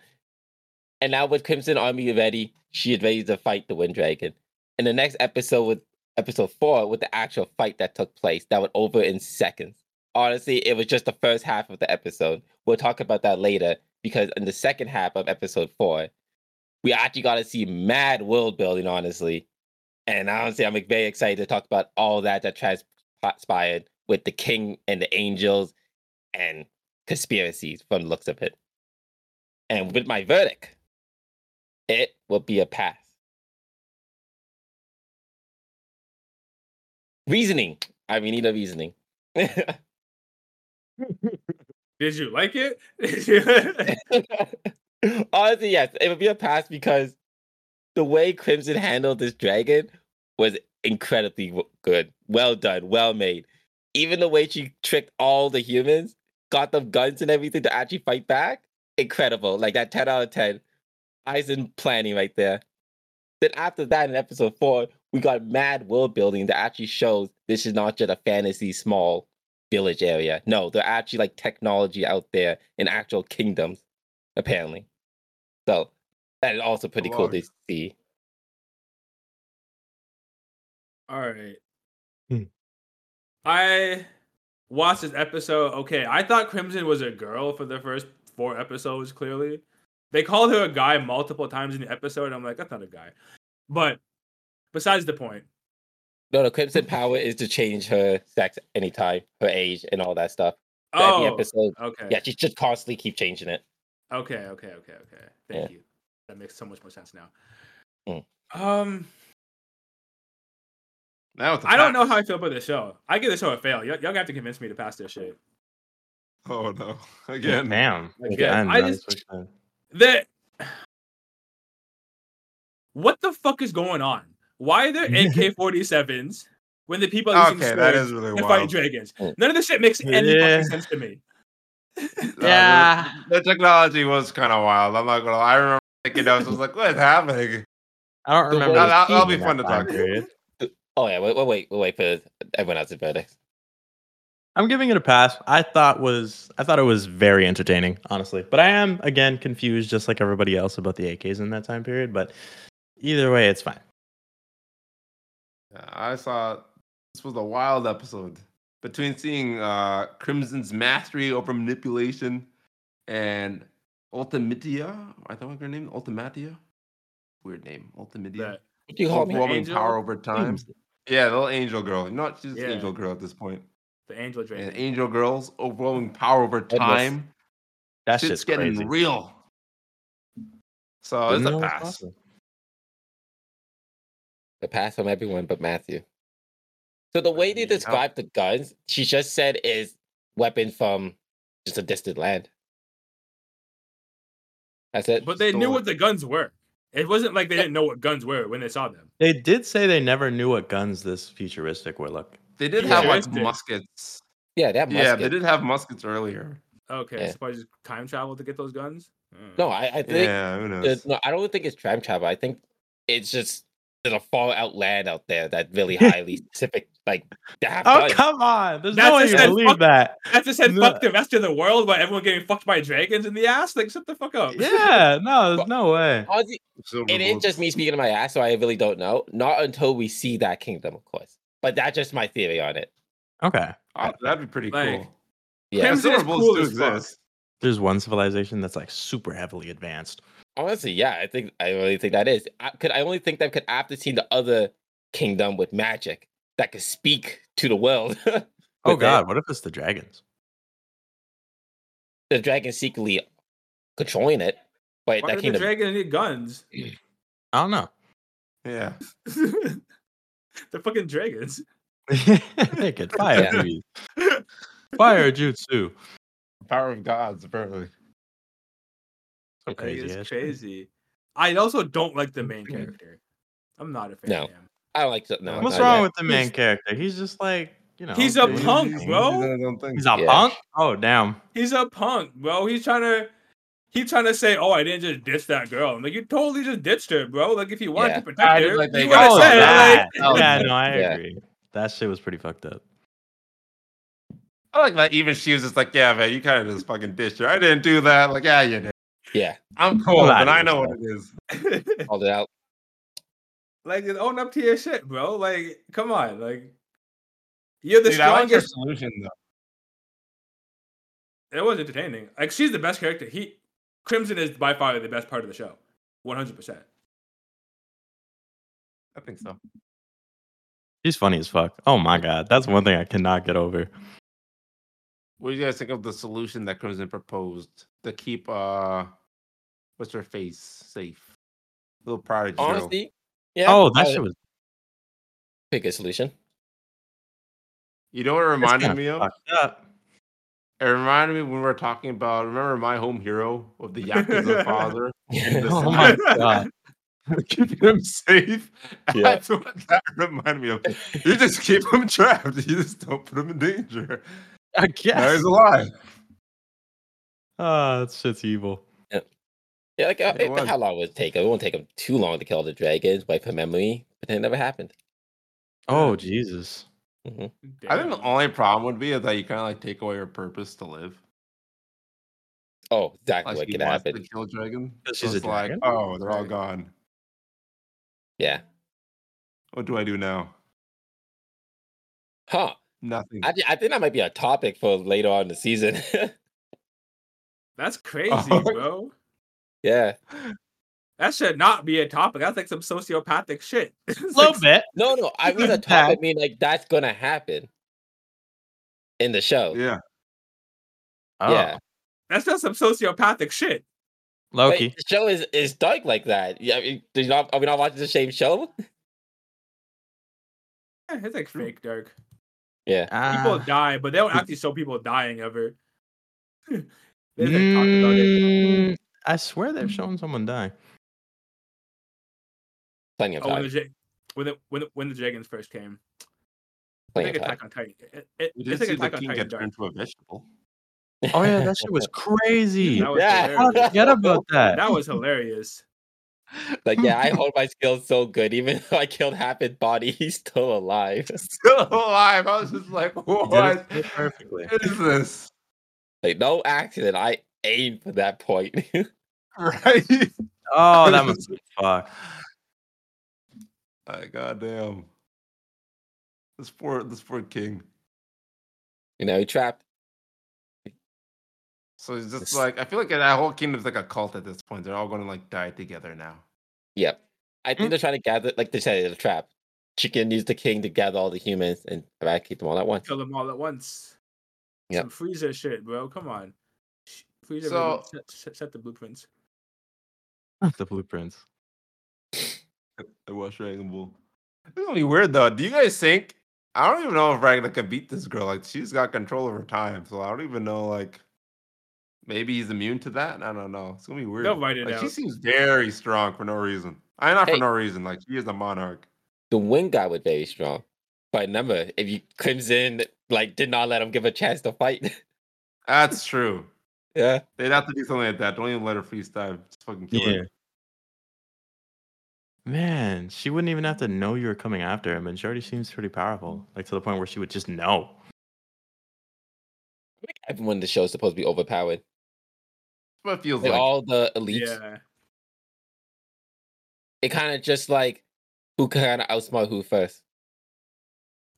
D: And now with Crimson Army ready, she is ready to fight the Wind Dragon. In the next episode with episode four, with the actual fight that took place, that went over in seconds. Honestly, it was just the first half of the episode. We'll talk about that later because in the second half of episode four, we actually got to see mad world building, honestly. And honestly, I'm very excited to talk about all that that transpired with the king and the angels and conspiracies from the looks of it. And with my verdict, it will be a pass. Reasoning. I mean, need a reasoning. [laughs]
C: Did you like it? [laughs] Did
D: Honestly, yes, it would be a pass because the way Crimson handled this dragon was incredibly w- good. Well done, well made. Even the way she tricked all the humans, got them guns and everything to actually fight back, incredible. Like that 10 out of 10. Eisen planning right there. Then after that, in episode four, we got mad world building that actually shows this is not just a fantasy small village area. No, they're actually like technology out there in actual kingdoms apparently. So that is also pretty cool to see.
C: All right.
B: Hmm.
C: I watched this episode. Okay, I thought Crimson was a girl for the first four episodes, clearly. They called her a guy multiple times in the episode. and I'm like, that's not a guy. But besides the point,
D: No, the Crimson Power is to change her sex anytime, her age, and all that stuff. So
C: oh,
D: Every episode,
C: okay.
D: yeah, she just constantly keep changing it.
C: Okay, okay, okay, okay. Thank you. That makes so much more sense now.
D: Mm.
C: Um,
A: now it's a
C: I don't know
A: pass.
C: how I feel about this show. I give this show a fail. Y- y'all gonna have to convince me to pass this shit.
A: Oh, no. [laughs] Again.
B: Ma'am.
C: Again,
B: I'm
C: I
B: not
C: just-
B: switching on.
C: that what the fuck is going on? Why are
A: [laughs]
C: there AK forty sevens when the people are using
A: Okay, that
C: swords
A: is really
C: and
A: wild.
C: fighting dragons?
D: Mm.
C: None of this shit makes any
B: Yeah.
C: fucking sense to me.
A: Uh, the- The, technology was kind of wild. I'm not gonna lie. I remember thinking that I was just like, what is happening?
B: I don't
D: The
B: remember.
D: way
B: this
A: I'll- I'll be
B: in that
A: fun to
B: time
A: talk to.
B: period.
D: Oh yeah, wait, wait, wait, wait, wait for everyone else's verdict.
B: I'm giving it a pass. I thought was I thought it was very entertaining, honestly. But I am again confused, just like everybody else, about the AKs in that time period. But either way, it's fine.
A: Yeah, I saw this was a wild episode between seeing uh, Crimson's mastery over manipulation and Ultimatia. I thought was her name Ultimatia. Weird name, Ultimatia.
C: That-
D: What do you call me?
A: Overwhelming
C: Angel?
A: power over time. Yeah, the little angel girl. Not she's
C: Yeah.
A: an angel girl at this point.
C: The Angel Dragon.
A: And angel girls, overwhelming power over time.
B: That's
A: Shit's
B: just
A: getting
B: crazy.
A: real. So it's a
B: Didn't know it was
A: pass.
B: possible.
D: The pass from everyone but Matthew. So the way they
A: Yeah.
D: describe the guns, she just said is weapon from just a distant land. That's it.
C: But they knew
A: Stolen.
C: what the guns were. It wasn't like they didn't know what guns were when they saw them.
B: They did say they never knew what guns this futuristic were like.
A: They did have like
C: Futuristic.
A: muskets.
D: yeah, that musket.
A: Yeah, they did have muskets earlier.
C: Okay,
D: Yeah.
C: so I just time travel to get those guns. Mm.
D: No, I, I think
A: Yeah, who
D: the-
A: knows?
D: no, I don't think it's time travel. I think it's just there's a fallout land out there that really
B: [laughs]
D: highly specific, like that have
B: Oh
D: guns.
B: come on! There's
C: That's
B: no way
C: just
B: you
C: that
B: believe
A: [laughs]
C: fuck-
B: that.
C: That just said
B: No.
C: fuck the rest of the world by everyone getting fucked by dragons in the ass. Like shut the fuck up.
B: Yeah, no, there's no way.
D: Honestly,
A: Silver
D: it is
A: bullets.
D: just me speaking to my ass, so I really don't know. Not until we see that kingdom, of course. But that's just my theory on it.
B: Okay,
A: Oh, that'd be pretty
C: Like,
A: cool.
D: Yeah.
C: Crimson
A: silver
C: is
A: bullets
C: cool
A: do
C: as fuck.
A: exist.
B: there's one civilization that's like super heavily advanced.
D: Honestly, yeah, I think I really think that is. I could I only think that could after seeing the other kingdom with magic that could speak to the world. [laughs]
B: Oh
D: With it.
B: God, what if it's the dragons?
D: the dragon secretly controlling it, but
C: Why
D: that
C: did the
D: kingdom.
C: dragon need guns?
B: I don't know.
A: Yeah.
C: [laughs] They're fucking dragons.
B: they could fire
D: Yeah.
B: these. Fire jutsu.
A: Power of gods, apparently.
B: So
C: Like,
B: crazy.
C: it's
B: ass.
C: crazy. I also don't like the main character. I'm not a fan
D: No.
C: of him.
D: I don't like. To, no,
B: What's
D: not
B: wrong
D: yet.
B: with the main character? He's just like you know.
C: He's a
B: doing his
C: punk,
B: thing.
C: bro.
B: He's a
D: Yeah.
B: punk. Oh damn.
C: He's a punk, bro. He's trying to he's trying to say, "Oh, I didn't just ditch that girl." I'm like, you totally just ditched her, bro. Like, if you wanted
D: Yeah.
C: to protect her,
A: like, they
C: you would
A: got
C: have
B: Oh,
A: upset,
C: said,
B: that.
C: like,
A: like-
B: yeah, no, I
D: Yeah.
B: agree. That shit was pretty fucked up.
A: I like that. Even she was just like, "Yeah, man, you kind of just fucking dished her. I didn't do that. Like, yeah, you did.
D: Yeah,
A: I'm cool,
B: Well,
A: but
B: that
A: I
B: is
A: know what it is.
D: called it out.
C: [laughs] like, just own up to your shit, bro. Like, come on, like, you're the
A: Dude, I like your
C: strongest.
A: solution though.
C: It was entertaining. Like, she's the best character. He Crimson is by far the best part of the show, 100. percent
A: I think so.
B: He's funny as fuck. Oh my god, that's one thing I cannot get over.
A: What do you guys think of the solution that Crimson proposed to keep uh, what's her face safe? Little prodigy. girl.
D: Honestly, yeah.
B: oh,
D: I
B: that
D: would
B: shit was.
D: pick a solution. [laughs]
A: you know what it
B: that's
A: reminded
B: kinda
A: me of?
B: fucked up.
A: It reminded me when we were talking about. Remember my home hero of the Yakuza father?
D: yeah,
B: Oh
A: [laughs]
B: my god.
A: keep him safe. [laughs]
D: Yeah.
A: That's what that reminded me of.
D: [laughs]
A: You just keep him trapped. You just don't put him in danger.
B: I
A: Now
B: guess.
A: he's alive.
B: Oh, that shit's evil.
D: like uh,
A: It
D: it-
A: was.
D: how long would it take? It won't take them too long to kill the dragons. Wipe her memory. Pretend it never happened.
B: Oh Jesus.
A: I think the only problem would be is that you kind of like take away her purpose to live.
D: Oh, exactly
A: Like
D: what
A: she
D: could
A: wants
D: happen.
A: to kill dragon.
B: Because
A: so
B: she's a
A: it's like,
B: dragon?
A: oh, they're all
C: Right.
A: gone.
D: Yeah.
A: What do I do now?
D: Huh.
B: Hmm.
A: Nothing.
D: I, thi- I think that might be a topic for later on in the season. [laughs]
A: Oh.
C: That's crazy, bro.
D: yeah.
C: That should not be a topic. That's like some sociopathic shit. [laughs] It's
B: [laughs] A
C: like
B: little bit.
D: No, no. I mean a topic. I mean like that's gonna happen in the show. Yeah.
A: yeah.
B: Oh,
C: oh.
D: yeah.
C: That's just some sociopathic shit.
D: But
B: Loki.
D: the show is is dark like that. Yeah. I mean, do you not, are we not watching the same show?
C: Eh, It's like fake dark.
D: Yeah.
C: People
B: Ah.
C: die, but they don't actually show people dying ever. [laughs] they just like, talk about it.
B: Mm, I swear they've shown someone die.
D: Plenty of
C: Oh, when the,
D: time.
C: dra- when the when the, when the dragons first came, I
D: Plenty
C: think
D: of time.
C: Attack on Titan. It, it,
A: We did
C: it's like
A: see the
C: Attack on
A: king
C: Titan
A: get
C: dark.
A: turned into a vegetable.
D: [laughs]
B: Oh yeah, [laughs] that shit was crazy.
C: That was
D: Yeah.
C: hilarious.
B: Forget about
C: [laughs]
B: that.
C: That was hilarious.
D: Like, yeah,
B: [laughs]
D: I hold my skills so good. Even though I killed half his body, [laughs] he's still alive.
A: Still [laughs] alive. I was just [laughs] like, what
B: He did it perfectly.
A: [laughs]
C: [laughs]
A: is this? [laughs]
D: Like, no accident. I aimed for that point. [laughs]
A: Right?
B: Oh, that must be [laughs] fuck.
A: Like, goddamn. This poor, this poor king.
D: you know, he trapped.
A: So it's just
B: This-
A: like I feel like that whole kingdom's like a cult at this point. They're all going to like die together now.
D: Yep. I think
B: Mm.
D: they're trying to gather, like they said, it's a trap. Chicken needs the king to gather all the humans and eradicate them all at once.
C: Kill them all at once.
D: Yep.
C: Some Freezer shit, bro. Come on. Sh- Freezer
A: So-
C: so, set, set- set the blueprints.
B: the blueprints.
A: It was Dragon Ball. This is gonna be weird though. Do you guys think? I don't even know if Ragnar can beat this girl. Like she's got control of her time, so I don't even know. Like maybe he's immune to that. I don't know. It's gonna be weird.
C: They'll write it
A: Like, she
C: out.
A: seems very strong for no reason. I not
D: Hey.
A: for no reason. Like she is a monarch.
D: The wind guy was very strong. But remember, if you Crimson like did not let him give a chance to fight. [laughs]
A: That's true.
D: yeah.
A: They'd have to do something like that. Don't even let her freestyle. Just fucking kill her.
B: Man, she wouldn't even have to know you were coming after him, and she already seems pretty powerful. Like to the point where she would just know.
D: Everyone in the show is supposed to be overpowered.
A: That's what it feels
D: Like,
A: like.
D: all the elites.
C: Yeah.
D: It kind of just like who kind of outsmart who first.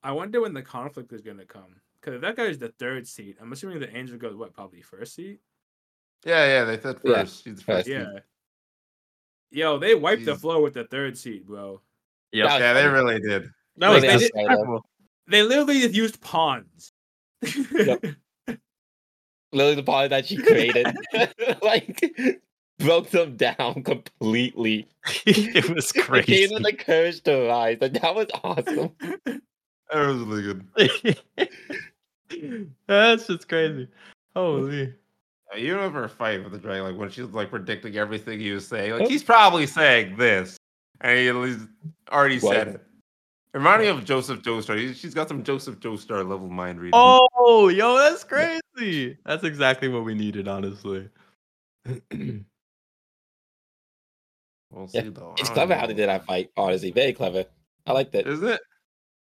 C: I wonder when the conflict is gonna come. Because if that guy is the third seat, I'm assuming the Angel goes what, probably first seat.
A: Yeah, yeah. They said
D: Yeah.
A: first. She's first.
D: Seat.
C: Yeah. Yo, they wiped the
A: Jeez.
C: floor with the third seat, bro.
B: Yep.
D: That was
A: Yeah, they
D: funny.
A: really did.
B: That
D: Like,
B: was
D: they
B: just
D: just-
B: incredible.
C: They literally just used pawns.
D: Lily the body that she created [laughs] like broke them down completely.
B: [laughs] it
C: [laughs]
B: was
D: It
B: crazy.
D: Gave them the courage to rise. Like that was awesome.
A: It was really good.
B: [laughs] That's just crazy. Holy.
A: Uh, You remember her fight with the dragon, like when she was like predicting everything he was saying.
D: Oh.
A: Like he's probably saying this, and he at least already
D: What?
A: said it. Reminding me of Joseph Joestar. He- She's got some Joseph Joestar level mind reading.
B: Oh, yo, that's crazy. That's exactly what we needed, honestly. [laughs]
A: we'll see
D: yeah.
A: though. I
D: It's
A: don't
D: clever how they
A: know.
D: did that fight, honestly. Very clever. I liked it.
A: Isn't it?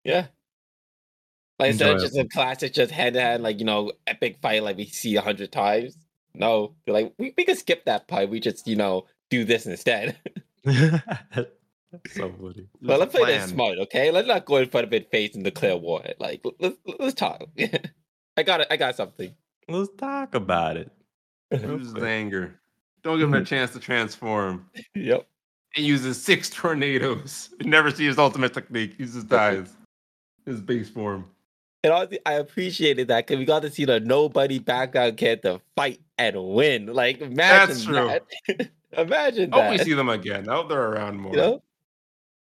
D: Yeah. Like instead of just a classic, just head to head, like, you know, epic fight like we see a hundred times. No, they're like, we, we could skip that part. We just, you know, do this instead. [laughs]
B: so funny.
D: but
A: It's
D: let's play this
A: planned.
D: smart, okay? Let's not go in front of it face and declare war. Like, let's let's talk. [laughs] I got it. I got something.
B: Let's talk about it. real
A: Use his
B: quick.
A: anger. Don't
D: Mm-hmm.
A: give him a chance to transform.
D: Yep.
A: He uses six [laughs] tornadoes. You never see his ultimate technique. He just dies. His base form.
D: And honestly, I appreciated that because we got to see the nobody background character fight and win. Like, imagine
A: That's true.
D: that. [laughs] imagine
A: I hope we
D: that.
A: see them again. I hope they're around more.
D: you know?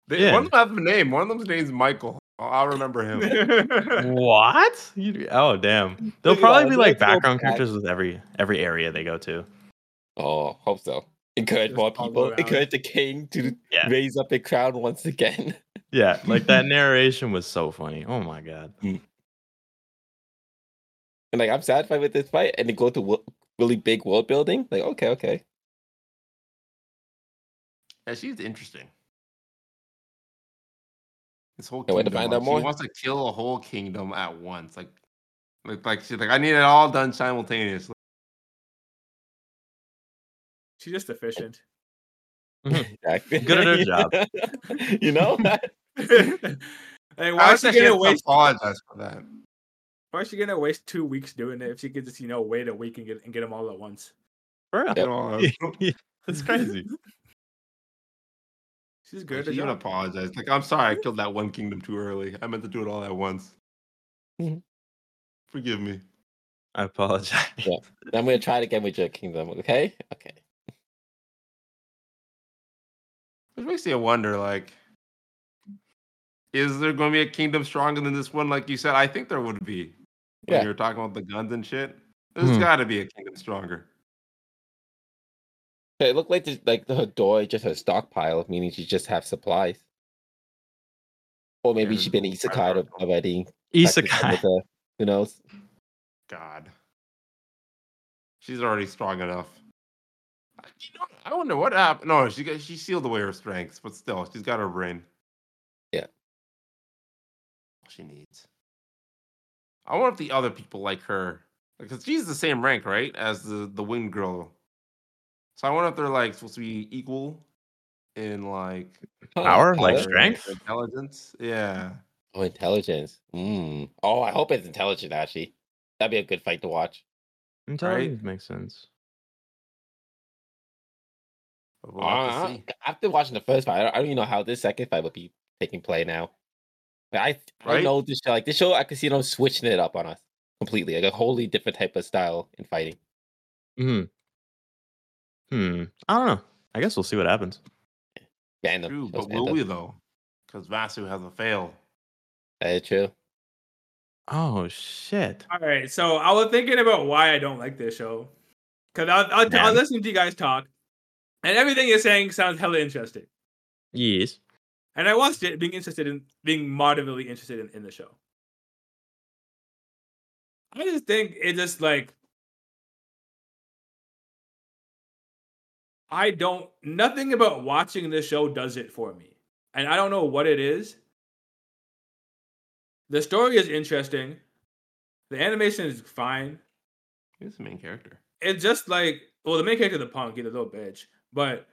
A: They-
B: Yeah.
A: One of them has a name. One of them's name's Michael. I'll, I'll remember
D: [laughs]
A: him.
B: What? You, oh damn. They'll
D: Look at
B: probably
D: that,
B: be
D: look
B: like
D: at that.
B: background characters with every every area they go to.
D: [laughs] Oh, hope so. Encourage
C: Just
D: more
C: follow
D: people.
C: around.
D: Encourage the king to
B: Yeah.
D: raise up a crown once again. [laughs]
B: Yeah, like [laughs] that narration was so funny. Oh my god.
D: And like, I'm satisfied with this fight. And to go to wo- really big world building. Like, okay, okay.
A: Yeah, she's interesting. This whole kingdom,
D: Yeah, way to find out
A: like,
D: more.
A: she wants to kill a whole kingdom at once. Like, like, like she's like, I need it all done simultaneously.
C: [laughs] She's just efficient. [laughs]
D: [laughs] Exactly.
B: Good at her job.
D: [laughs] you know?
C: like, why
A: I
C: is she
A: actually
C: gonna
A: should
C: waste?
A: apologize for that.
C: Why is she gonna waste two weeks doing it if she could just, you know, wait a week and get and get them all at once?
B: For real.
A: You
C: Oh,
A: [laughs] know, uh,
B: That's [laughs] crazy.
C: She's
A: like,
C: good.
A: she even
C: at that.
A: apologized. Like, I'm sorry, I killed that one kingdom too early. I meant to do it all at
D: [laughs]
A: once.
D: Mhm.
A: Forgive me.
B: I apologize.
D: Yeah. I'm going to try it again with your kingdom. Okay? Okay.
A: Which makes you wonder, like, is there going to be a kingdom stronger than this one? Like you said, I think there would be. When
D: Yeah.
A: you were talking about the guns and shit, there's
B: Hmm.
A: got to be a kingdom stronger.
D: So it looked like just, like her door, just her stockpile, meaning she just have supplies. Or maybe
A: Yeah,
D: she's been
A: there's no
D: isekai al-
A: fireworks.
D: already. practiced
B: [laughs] Isekai.
D: with her, Who knows?
B: [laughs]
A: God. She's already strong enough. I- You know, I wonder what happened. No, she got, she sealed away her strengths, but still, she's got her brain.
D: Yeah.
A: All She needs. I wonder if the other people like her, because she's the same rank, right, as the the winged girl. So I wonder if they're like supposed to be equal in like
D: Huh,
B: Power, like
A: their
D: power.
B: strength?
A: intelligence. Yeah.
D: Oh, Hmm.
B: [laughs]
D: intelligence. Mm. Oh, I hope it's intelligent, actually. That'd be a good fight to watch.
B: Intelligence makes sense.
A: But
D: Uh,
A: We'll have to see.
D: after watching the first fight, I don't, I don't even know how this second fight would be taking play now. Like, I I
A: Right?
D: know this show, like this show, I could see them switching it up on us completely, like a wholly different type of style in fighting.
B: Hmm. Hmm. I don't know. I guess we'll see what happens.
D: Random,
A: True,
D: shows
A: but will
D: random.
A: we though? Because Vasu hasn't failed.
D: That is true.
B: Oh shit.
C: All right, so I was thinking about why I don't like this show, because I, I, I,
B: Yeah.
C: was listening to you guys talk, and everything you're saying sounds hella interesting.
B: [laughs] Yes.
C: And I watched it, being interested in, being moderately interested in, in the show. I just think it just like, I don't. Nothing about watching this show does it for me, and I don't know what it is. The story is interesting. The animation is fine
A: He's the main character.
C: it's just like well the main character the punk he's a little bitch [laughs] but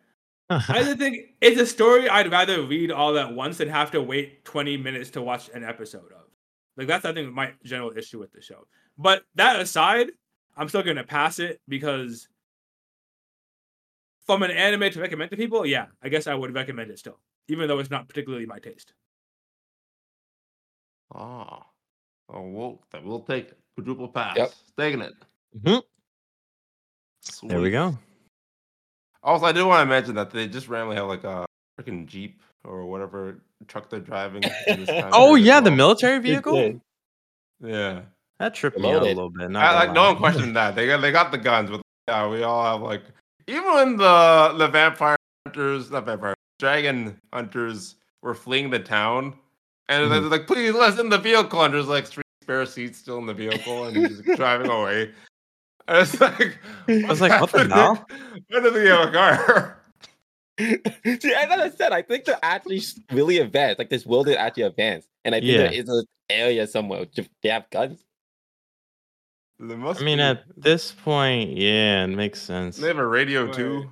C: i just think it's a story i'd rather read all at once than have to wait 20 minutes to watch an episode of like that's i think my general issue with the show but that aside i'm still gonna pass it because from an anime to recommend to people yeah i guess i would recommend it still even though it's not particularly my taste
A: Ah. Oh, we'll, that we'll take it. Quadruple pass.
D: Yep.
A: Taking it.
B: Mhm. There we
A: Sweet.
B: go.
A: Also, I did want to mention that they just randomly had like a freaking Jeep or whatever truck they're driving. in
B: [laughs]
A: this time
B: Oh
A: period as
B: yeah, the
A: well.
B: military
D: It did.
B: vehicle.
A: Yeah.
B: That tripped me out a
D: Loaded.
B: little bit. not
A: I,
B: gonna
A: like, no
B: lie.
A: one questioned that. They got, they got the guns, but yeah, we all have like, even when the, the vampire hunters, not vampire, dragon hunters were fleeing the town, and they're
B: Mm-hmm.
A: like, please let us in the vehicle. And there's like three spare seats still in the vehicle, and he's just driving away. [laughs] And it's like, I
B: was like, what the hell?
A: [laughs] Why doesn't he have a car? [laughs]
D: [laughs] See, as I said, I think they're actually s- really advanced. Like this world is actually advanced, and I think there
B: Yeah.
D: is an area somewhere j- they have guns.
A: There must
B: [laughs] I mean,
A: be.
B: at this point, yeah, it makes sense.
A: they have a radio
C: Right.
D: [laughs]
A: too.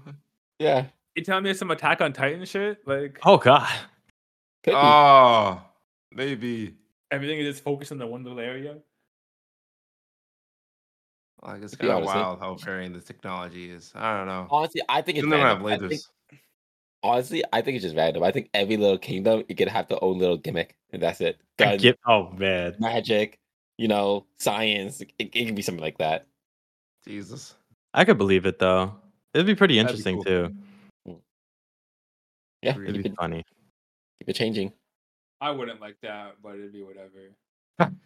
D: Yeah,
C: you telling me it's some attack on titan shit like
B: Oh god. [laughs]
D: could be.
A: Oh, maybe.
C: everything is just focused on the one little area
A: Like it's
D: To be
A: kind of
D: honest, eh?
A: wild how varying this technology is. I don't know.
D: honestly, I think it's
A: Even though I have
D: random. I think-
A: lasers.
D: honestly, I think it's just random. I think every little kingdom it could have their own little gimmick, and that's it.
B: I
D: Guns,
B: get- oh man.
D: magic, you know, science. It, it can be something like that.
A: Jesus.
B: I could believe it though. It'd be pretty
A: That'd be
B: interesting
A: cool.
B: too.
D: Yeah,
A: Agreed.
D: you
B: It'd be
D: could
B: funny.
D: keep it changing.
C: i wouldn't like that but it'd be whatever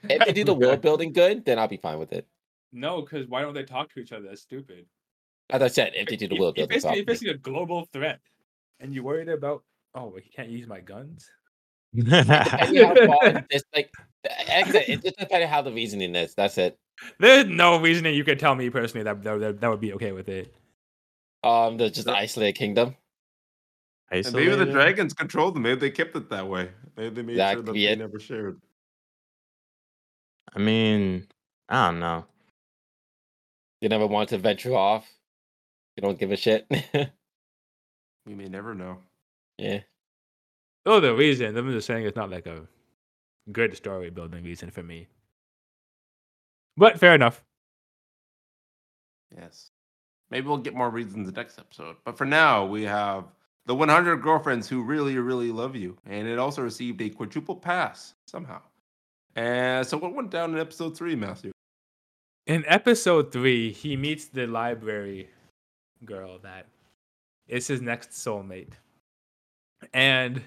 D: If they do the world building good, then I'll be fine with it.
C: No, because why don't they talk to each other? That's stupid.
D: As I said, if they do the
C: You-
D: world
C: you
D: building,
C: basically,
D: properly.
C: you're facing a global threat, and you're worried about. Oh, well, he can't use my guns.
B: [laughs]
D: And you know, Paul, it's like, like I said, it just depends on how the reasoning is. That's it.
C: There's no reasoning you could tell me personally that that, that, that would be okay with it.
D: Um, there's just an isolated kingdom.
A: And maybe the
B: Isolated?
A: dragons controlled them. Maybe they kept it that way. Maybe they made
D: That
A: sure
D: could
A: that
D: be
A: they
D: it.
A: never shared.
B: I mean, I don't know.
D: You never want to venture off. You don't give a shit. [laughs]
A: We may never know.
D: yeah.
C: Oh, the reason. I'm just saying it's not like a good story building reason for me. But fair enough.
A: Yes. Maybe we'll get more reasons next episode. But for now, we have the 100 girlfriends who really, really love you, and it also received a quadruple pass somehow. And so what went down in episode three, Matthew?
C: In episode three, he meets the library girl that is his next soulmate. And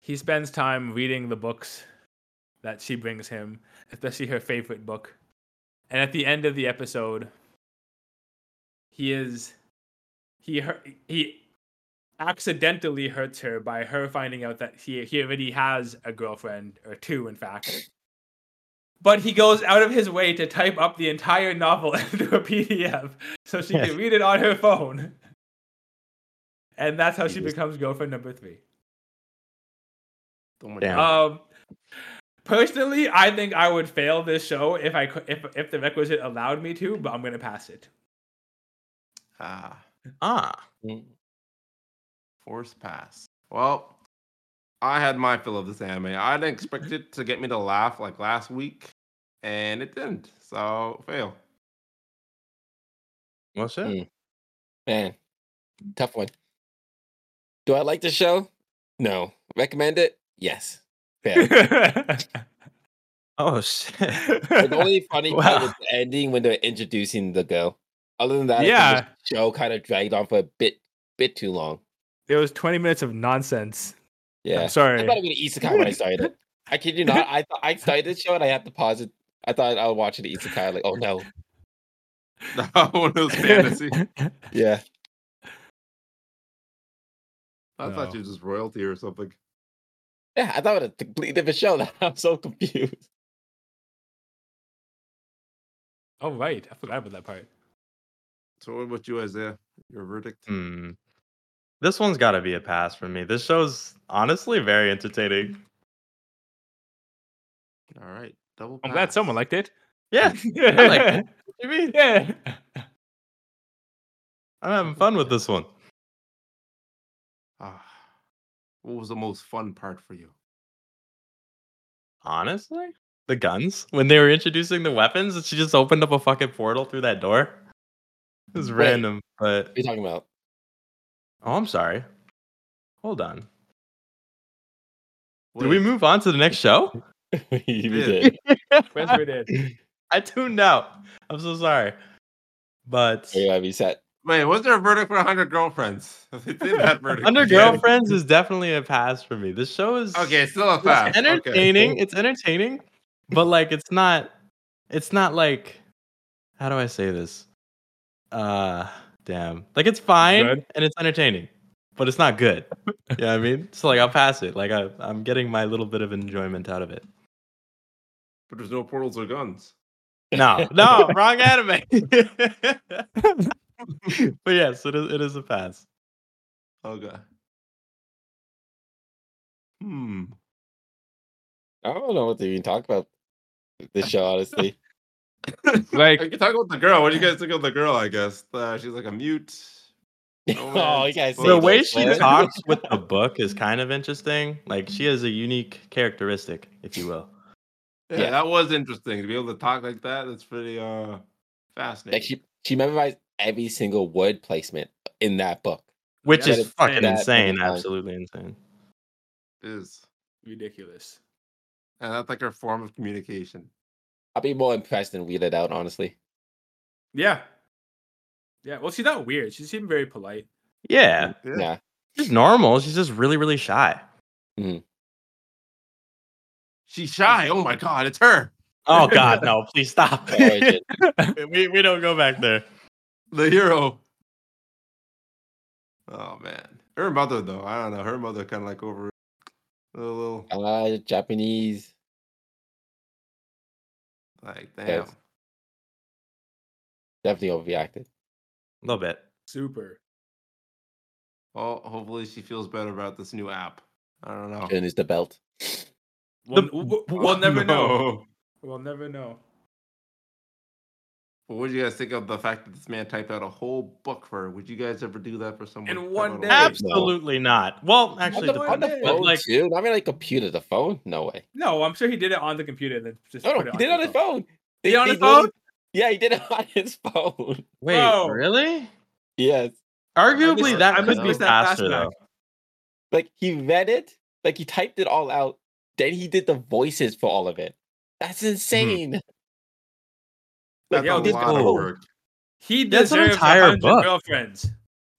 C: he spends time reading the books that she brings him, especially her favorite book. And at the end of the episode, he is he hur- he accidentally hurts her by her finding out that he he already has a girlfriend or two in fact. But he goes out of his way to type up the entire novel [laughs] into a PDF so she can read it on her phone. And that's how she
D: Jesus.
C: becomes girlfriend number 3.
A: Oh my
B: Damn.
A: God.
C: Um, personally, I think I would fail this show if I could, if if the requisite allowed me to, but I'm gonna pass it.
A: Ah,
B: Ah,
D: Mm.
A: forced pass. Well, I had my fill of this anime. I didn't expect it to get me to laugh like last week, and it didn't. So fail.
B: Well, shit.
D: Mm. Man, tough one. Do I like the show? No. Recommend it? Yes. Fair.
C: [laughs]
B: Oh [laughs] shit.
D: the only funny part
B: Wow.
D: was the ending when they're introducing the girl. Other than that, I think
C: Yeah.
D: the show kind of dragged on for a bit, bit too long.
C: it was 20 minutes of nonsense.
D: Yeah.
C: I'm sorry.
D: I thought it was an
C: [laughs]
D: isekai when I started it. I kid you not. I thought I started the show and I had to pause it. I thought I would watch it isekai. Like, oh no.
A: [laughs] One of those
C: [laughs]
A: fantasy.
D: Yeah.
A: I thought
C: No.
A: she was just royalty or something.
D: Yeah, I thought it was a completely different show. Now [laughs] I'm so confused.
C: oh right, I forgot about that part.
A: So what about you, Isaiah? Your verdict?
C: Mm.
B: Hmm. This one's got to be a pass for me. This show's honestly very entertaining.
A: All right, double.
C: I'm glad someone
A: pass.
C: liked it.
B: Yeah, Ah. [laughs] I like
C: [laughs]
B: it. What do you mean?
C: yeah.
B: I'm having fun with this one.
A: Ah, what was the most fun part for you?
B: Honestly, the guns when they were introducing the weapons, and she just opened up a fucking portal through that door. It was
D: Wait.
B: random,
D: What
B: but
D: are you talking about? [laughs]
B: oh, I'm sorry. Hold on.
A: What
B: Did we
A: is-
B: move on to the next show?
D: We
A: did.
D: did.
C: Prince we did.
B: I tuned out. I'm so sorry. But
D: We gotta reset.
A: Wait, was there a verdict for 100 girlfriends? [laughs] They did
C: [laughs]
A: that verdict. [laughs]
B: Under
A: again.
B: Girlfriends is definitely a pass for me. This show is
A: Okay, it's still a pass.
B: it's
A: okay.
B: entertaining. It's entertaining, but like it's not it's not like how do I say this? Uh damn. Like it's fine
C: Good.
B: and it's entertaining, but it's not good. Yeah, I mean? So like I'll pass it. Like I I'm getting my little bit of enjoyment out of it.
A: [laughs] But there's no portals or guns.
B: No, no, wrong anime. [laughs] but yes, it is it is a pass.
A: Okay. Hmm. [laughs]
D: I don't know what to even talk about this show, honestly.
A: I
C: Like
A: can talk about the girl. What do you guys think of the girl? I guess uh, she's like a mute.
D: [laughs] oh, you guys.
A: The
D: say
B: the way
D: those
B: she
D: words.
B: talks with the book is kind of interesting. Like she has a unique characteristic, if you will.
A: Yeah,
D: Yeah.
A: that was interesting to be able to talk like that. That's pretty uh fascinating.
D: [laughs] Like she, she memorized every single word placement in that book.
B: Which
C: Yeah,
B: is
D: it's
B: fucking
D: that
B: insane,
D: kind of-
B: absolutely insane.
A: is,
C: [laughs] ridiculous.
A: and that's like her form of communication.
D: I'll be more impressed than weeded out, honestly.
C: Yeah. Yeah. Well, she's not weird. She seemed very polite.
B: Yeah,
A: Yeah.
D: Yeah.
B: she's normal. She's just really, really shy.
A: She's shy. Oh my god, it's her.
B: Oh [laughs] God, no! Please [laughs] stop.
D: The origin.
B: [laughs] we we don't go back there.
A: the hero. Oh man, her mother though. I don't know. Her mother kind of like over a little
D: Ah, Japanese.
A: like damn.
D: Yes. Definitely overreacted.
B: A little bit.
C: Super.
A: Well, hopefully she feels better about this new app. I don't know.
D: And is the belt.
C: We'll,
B: The-
C: we'll, [laughs]
A: [laughs]
C: we'll
A: Oh,
C: never know.
A: no.
C: We'll never know.
A: What would you guys think of the fact that this man typed out a whole book for her? Would you guys ever do that for someone?
C: In
A: Type
C: one
A: out a
C: day.
A: whole-
D: Abs-
B: Absolutely not. Well, actually,
D: on the, on
B: depends.
D: the
C: depends,
D: phone
B: But like,
D: too. Not even like computer. The phone? No way.
C: No, I'm sure he did it on the computer and then just
D: No, no,
C: put it
D: he did it on his phone.
C: Did he on his
D: literally-
C: phone?
D: Yeah, he did it [laughs] on his phone.
B: wait,
C: Bro.
B: really?
D: Yes.
B: Arguably,
A: missed- I
B: that could be
A: missed
C: that
B: faster
C: flashback.
B: though.
D: Like he read it, like he typed it all out. Then he did the voices for all of it. That's
A: Mm-hmm.
D: insane.
A: That's
C: Yo,
A: a
C: this
A: lot of
B: goal.
A: work.
C: He
B: That's an
C: deserves
B: entire
C: 100
B: book.
C: girlfriends.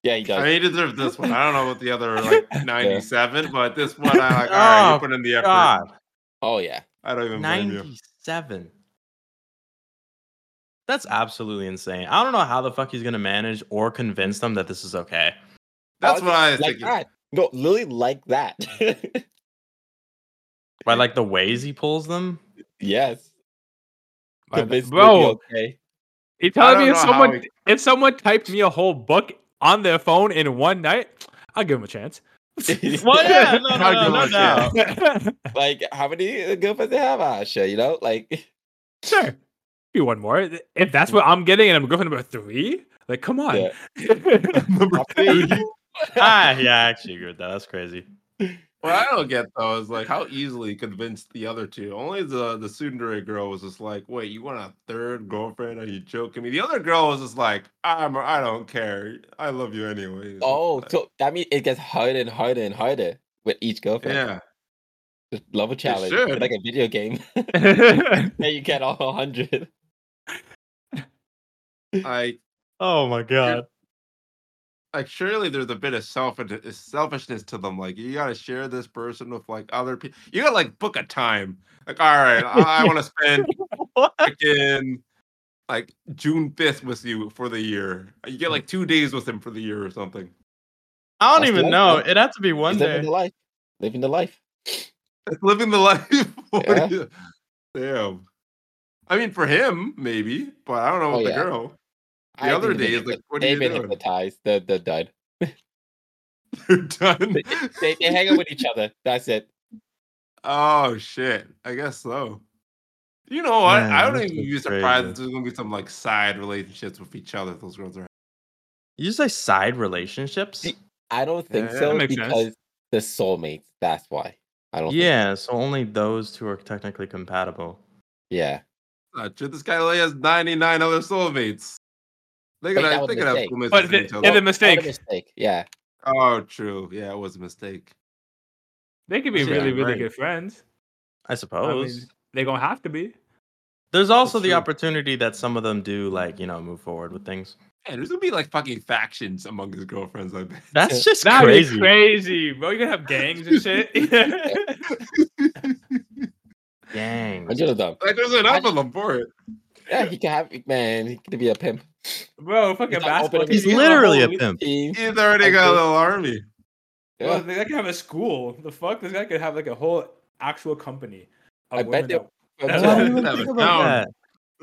D: Yeah, he
A: [laughs] I
D: does.
A: mean, he deserves this one. I don't know about the other like 97, but this one, I like. All right, you
B: Oh,
A: put in the effort.
B: God,
D: Oh yeah.
A: I don't even blame you.
B: ninety-seven. That's absolutely insane. I don't know how the fuck he's gonna manage or convince them that this is okay.
A: That's
D: Oh,
A: what I was
D: Like
A: thinking.
D: that. No, literally like that. [laughs]
B: [laughs] By like the ways he pulls [laughs] them.
D: yes. Convinced me to be
C: Bro.
D: okay.
C: He
A: I
C: telling me
A: don't
C: if
A: know how
C: someone
A: he-
C: if someone typed me a whole book on their phone in one night, I'll give him a chance. [laughs]
B: Well, yeah, no,
A: How
B: no, no,
A: good
B: no
A: was
B: doubt.
D: like how many girlfriends they have, Asha? You know, like
A: [laughs]
D: [laughs]
C: sure. Be one more. If that's what I'm getting and I'm girlfriend number three, like come on.
D: Yeah.
C: [laughs]
A: Number
D: I feel
A: three.
B: ah, yeah, I actually agree with that. That's crazy.
A: What I don't get though is like how easily convinced the other two. Only the the tsundere girl was just like, "Wait, you want a third girlfriend? Are you joking me?" The other girl was just like, "I'm I don't care. I love you anyway." It's
D: Oh,
A: like-
D: so that means it gets harder and harder and harder with each girlfriend.
A: yeah.
D: Just love a challenge,
A: should.
D: like a video game. [laughs] and you get all 100.
A: I
B: oh my god.
A: like surely there's a bit of self selfishness to them. Like you gotta share this person with like other people. You gotta like book a time. Like all
D: [laughs]
A: right, I, I want to spend
B: What?
A: freaking like June fifth with you for the year. Uh, You
D: Hmm.
A: get like two days with him for the year or something.
B: I don't
D: That's
B: even
D: life,
B: know.
D: man.
B: It'd have to be one
D: He's
B: day.
D: Living the life. Living the life.
A: It's living the [laughs] life. What
D: Yeah.
A: do you- Damn. I mean, for him maybe, but I don't know
D: Oh,
A: about the
D: yeah.
A: girl. [laughs] The
D: I
A: other
D: think they've
A: day,
D: been
A: it's like,
D: hypno-
A: what are
D: they've
A: you
D: been
A: doing?
D: hypnotized. They're, they're done.
A: They're done.
D: They, they hang out with each other. That's it.
A: Oh shit! I guess so. You know what? I
B: Man,
A: don't
B: this
A: even
B: is
A: be surprised
B: crazy.
A: if there's gonna be some like side relationships with each other. Those girls are.
B: You say side relationships?
D: Y- I don't think
A: Yeah, that
D: so
C: makes sense.
D: because the soulmates. That's why. I don't. think-
B: Yeah, so only those two are technically compatible.
D: yeah.
A: Not true. This guy only has 99 other soulmates. They
D: But
A: could,
D: that
A: have,
D: was
A: they
D: a
A: could have
D: mistake.
A: soulmates
C: But
A: with
C: the-
A: each
C: It's
A: other.
C: a
D: What a
C: mistake.
D: mistake. Yeah.
A: Oh, true. Yeah, it was a mistake.
C: They could be
B: Yeah,
C: really, really
B: right.
C: good friends.
B: I suppose.
C: They gonna have to be.
B: There's also the
A: true.
B: opportunity that some of them do, like, you know, move forward with things.
A: Man, there's gonna be like fucking factions among his girlfriends. I bet.
B: That's just
C: That'd
B: crazy.
C: be crazy, bro. You gonna have gangs and shit.
B: Dang.
D: Hundred of them.
A: Like, there's enough of them for it.
D: Yeah. He can have. Man. He could be a pimp.
C: [laughs] bro, fucking
D: It's like
C: basketball.
D: opening-
B: He's
C: team,
B: literally a
C: whole-
B: pimp.
D: Team.
A: He's already got a little army.
C: Bro,
D: Yeah.
C: this guy could have a school. The fuck? This guy could have like a whole actual company. of
D: I bet
C: women
D: they-
C: that-
B: I
C: That's
B: didn't
C: all.
A: [laughs]
B: even
A: Have
B: think
A: a
B: about
A: town.
B: that.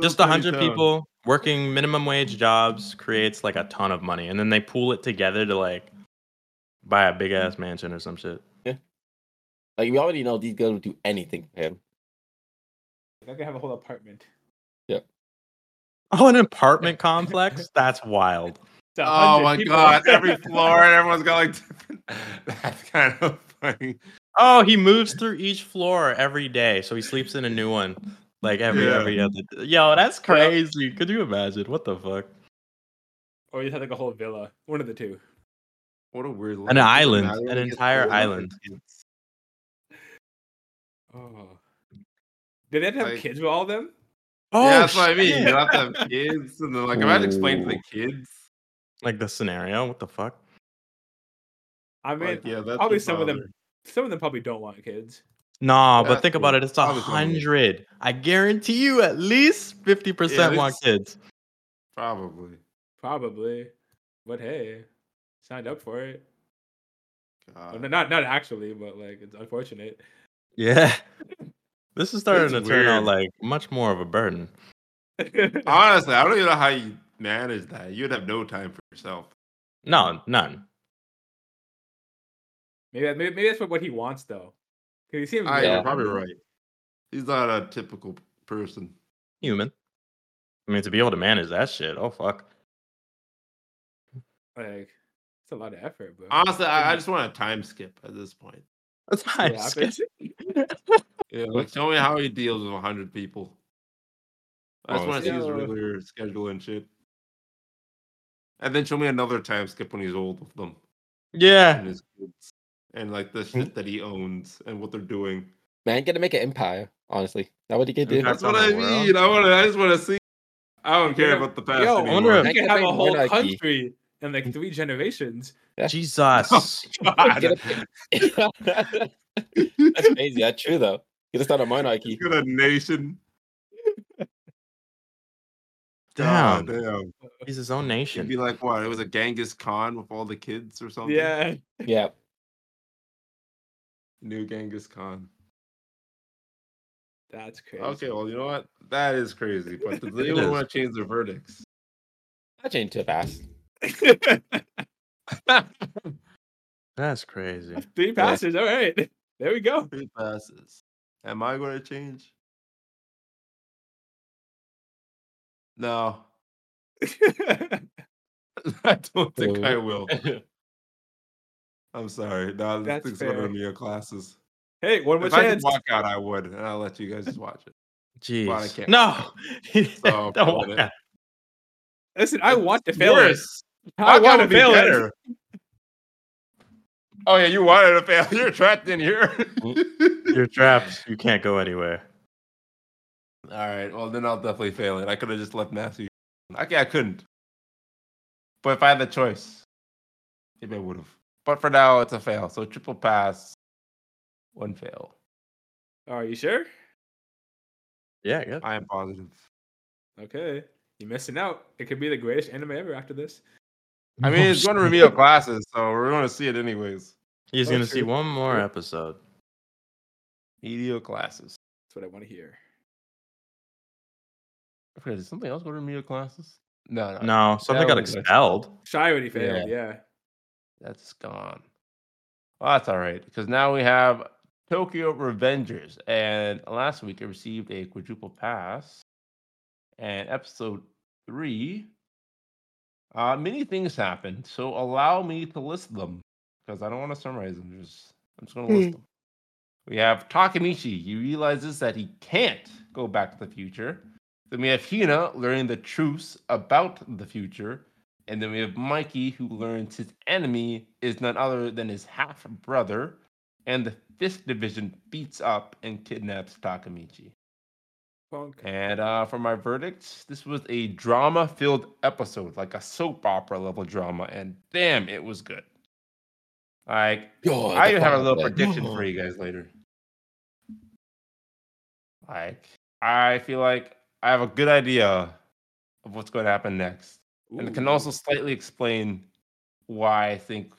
B: Just
A: Little tiny
B: 100
A: town.
B: people working minimum wage jobs creates like a ton of money. And then they pool it together to like buy a big ass mansion or some shit.
D: Like we already know these girls would do anything for him.
C: I could have a whole apartment.
B: [laughs] Oh, an apartment complex? That's wild.
C: It's a
A: Oh
C: hundred
A: my
C: people. [laughs]
A: god! Every floor and everyone's got like [laughs] different. That's kind of funny.
B: Oh, he moves through each floor every day, so he sleeps in a new one, like every
A: Yeah.
B: every other. Yo, that's crazy. Could you imagine? What the fuck?
C: Or you just have like a whole villa. One of the two.
A: What a weird.
B: An island, an entire island.
C: Oh. Did they have, to have
A: Like-
C: kids with all of them?
B: Oh,
A: yeah, that's what I mean. You
B: shit. Oh.
A: have to have kids, and then like imagine explaining to the kids.
B: Like the scenario. What the fuck?
C: I mean,
A: Like, yeah, that's
C: probably
A: the
C: some of them.
A: father.
C: Some of them probably don't want kids.
B: Nah,
A: That's
B: but think about
A: cool.
B: it. It's a
A: I was gonna leave.
B: hundred. I guarantee you, at least fifty percent want
A: it's-
B: kids.
A: Probably.
C: Probably. But hey, signed up for it. Well,
A: God.
C: not not actually, but like
A: [laughs]
C: it's unfortunate. [laughs]
B: Yeah. [laughs] This is starting to
A: That's
B: turn
A: weird.
B: out like much more of a burden.
A: Honestly, I don't even know how you manage that. You'd have no time for yourself.
B: No, none.
C: Maybe, maybe maybe that's what, what he wants though. Cause he seems
A: I,
D: Yeah.
A: You're probably right. He's not a typical person.
B: Human. I mean, to be able to manage that shit. Oh fuck. [laughs]
C: like it's a lot of effort, bro.
A: Honestly, I, I just want a time skip at this point.
B: That's
C: Yeah,
B: high.
C: I
B: Yeah,
C: bet-
A: Yeah, like show me how he deals with hundred people. I just
B: Oh,
A: want to see his
C: yeah.
A: regular schedule and shit. And then show me another time skip when he's old with them
B: yeah.
A: [laughs] and his kids and like the shit that he owns and what they're doing.
D: Man, gonna make an empire. Honestly, that what he could do.
B: Empire.
A: That's
D: [laughs]
B: That's on
A: what I
B: the world.
A: mean. I want to. I just want to see. I don't
C: You
A: care
C: have-
A: about the past
C: Yo, I
A: anymore.
B: wonder
C: He
B: if-
C: could have
D: I
C: a [laughs]
D: think
C: whole
D: monarchy.
C: country in like three generations.
B: Jesus.
A: [laughs] Oh, God. [laughs]
D: Get a- That's crazy. [laughs] That's true though. You just start a monarchy.
A: Get a nation.
B: Damn.
A: God damn.
B: He's his own
A: It'd
B: nation.
A: be like what? It was a Genghis Khan with all the kids or something.
C: Yeah,
D: Yeah.
A: New Genghis Khan.
C: that's crazy.
A: Okay, well, you know what? That is crazy. But [laughs] do they
B: It
A: even
B: is.
A: want to change their verdicts?
D: I changed to a pass.
B: That's crazy.
C: [laughs] three passes. All right, there we go.
A: Three passes. Am I going to change? No, [laughs]
C: [laughs]
A: I don't think I will. I'm sorry. No, this
C: That's
A: thing's
C: fair.
A: going to your classes.
C: [laughs] Hey, one more
A: if I could
C: chance.
A: walk out, I would, and I'll let you guys just watch it.
B: Jeez.
A: Well, I can't.
B: No. [laughs]
A: So,
B: Don't
A: I'm
B: want
A: gonna-
B: that.
C: Listen, I want to fail it.
A: Worse.
C: I want to
A: be
C: fail it. [laughs]
A: better. Oh yeah, you wanted to fail. [laughs] You're trapped in here.
B: You're trapped. You can't go anywhere.
A: All right. Well, then I'll definitely fail it. I could have just left Matthew. I, ca- I couldn't. But if I had the choice, maybe I would have. But for now, it's a fail. So triple pass, one fail.
C: Are you sure?
B: Yeah, yeah.
A: I am positive.
C: Okay. You're missing out. It could be the greatest anime ever after this.
A: I mean, it's going to [laughs] remedial classes, so we're going to see it anyways.
B: He's
C: Oh,
B: gonna see
C: true.
B: one more episode.
A: Remedial classes.
C: That's what I want to hear.
A: I forget, did something else go to remedial classes? No, no,
B: No, something
A: that
B: got
A: was a-
B: expelled.
C: Shy already failed. Yeah.
A: That's gone. Well, that's all right because now we have Tokyo Revengers, and last week it received a quadruple pass, and episode three. Uh, many things happened, so allow me to list them because I don't want to summarize them. Just I'm just going to list them. We have Takamichi. He realizes that he can't go back to the future. Then we have Hina learning the truths about the future. And then we have Mikey, who learns his enemy is none other than his half brother. And the fifth division beats up and kidnaps Takamichi.
C: Punk.
A: And uh, for my verdict, this was a drama filled episode, like a soap opera level drama. And damn, it was good. Like,
D: [laughs] Yo,
A: I
D: the
A: even have a
D: fuck
A: little
D: was that?
A: prediction for you guys later. Like, I feel like I have a good idea of what's going to happen next and it can
C: Ooh.
A: also slightly explain why I think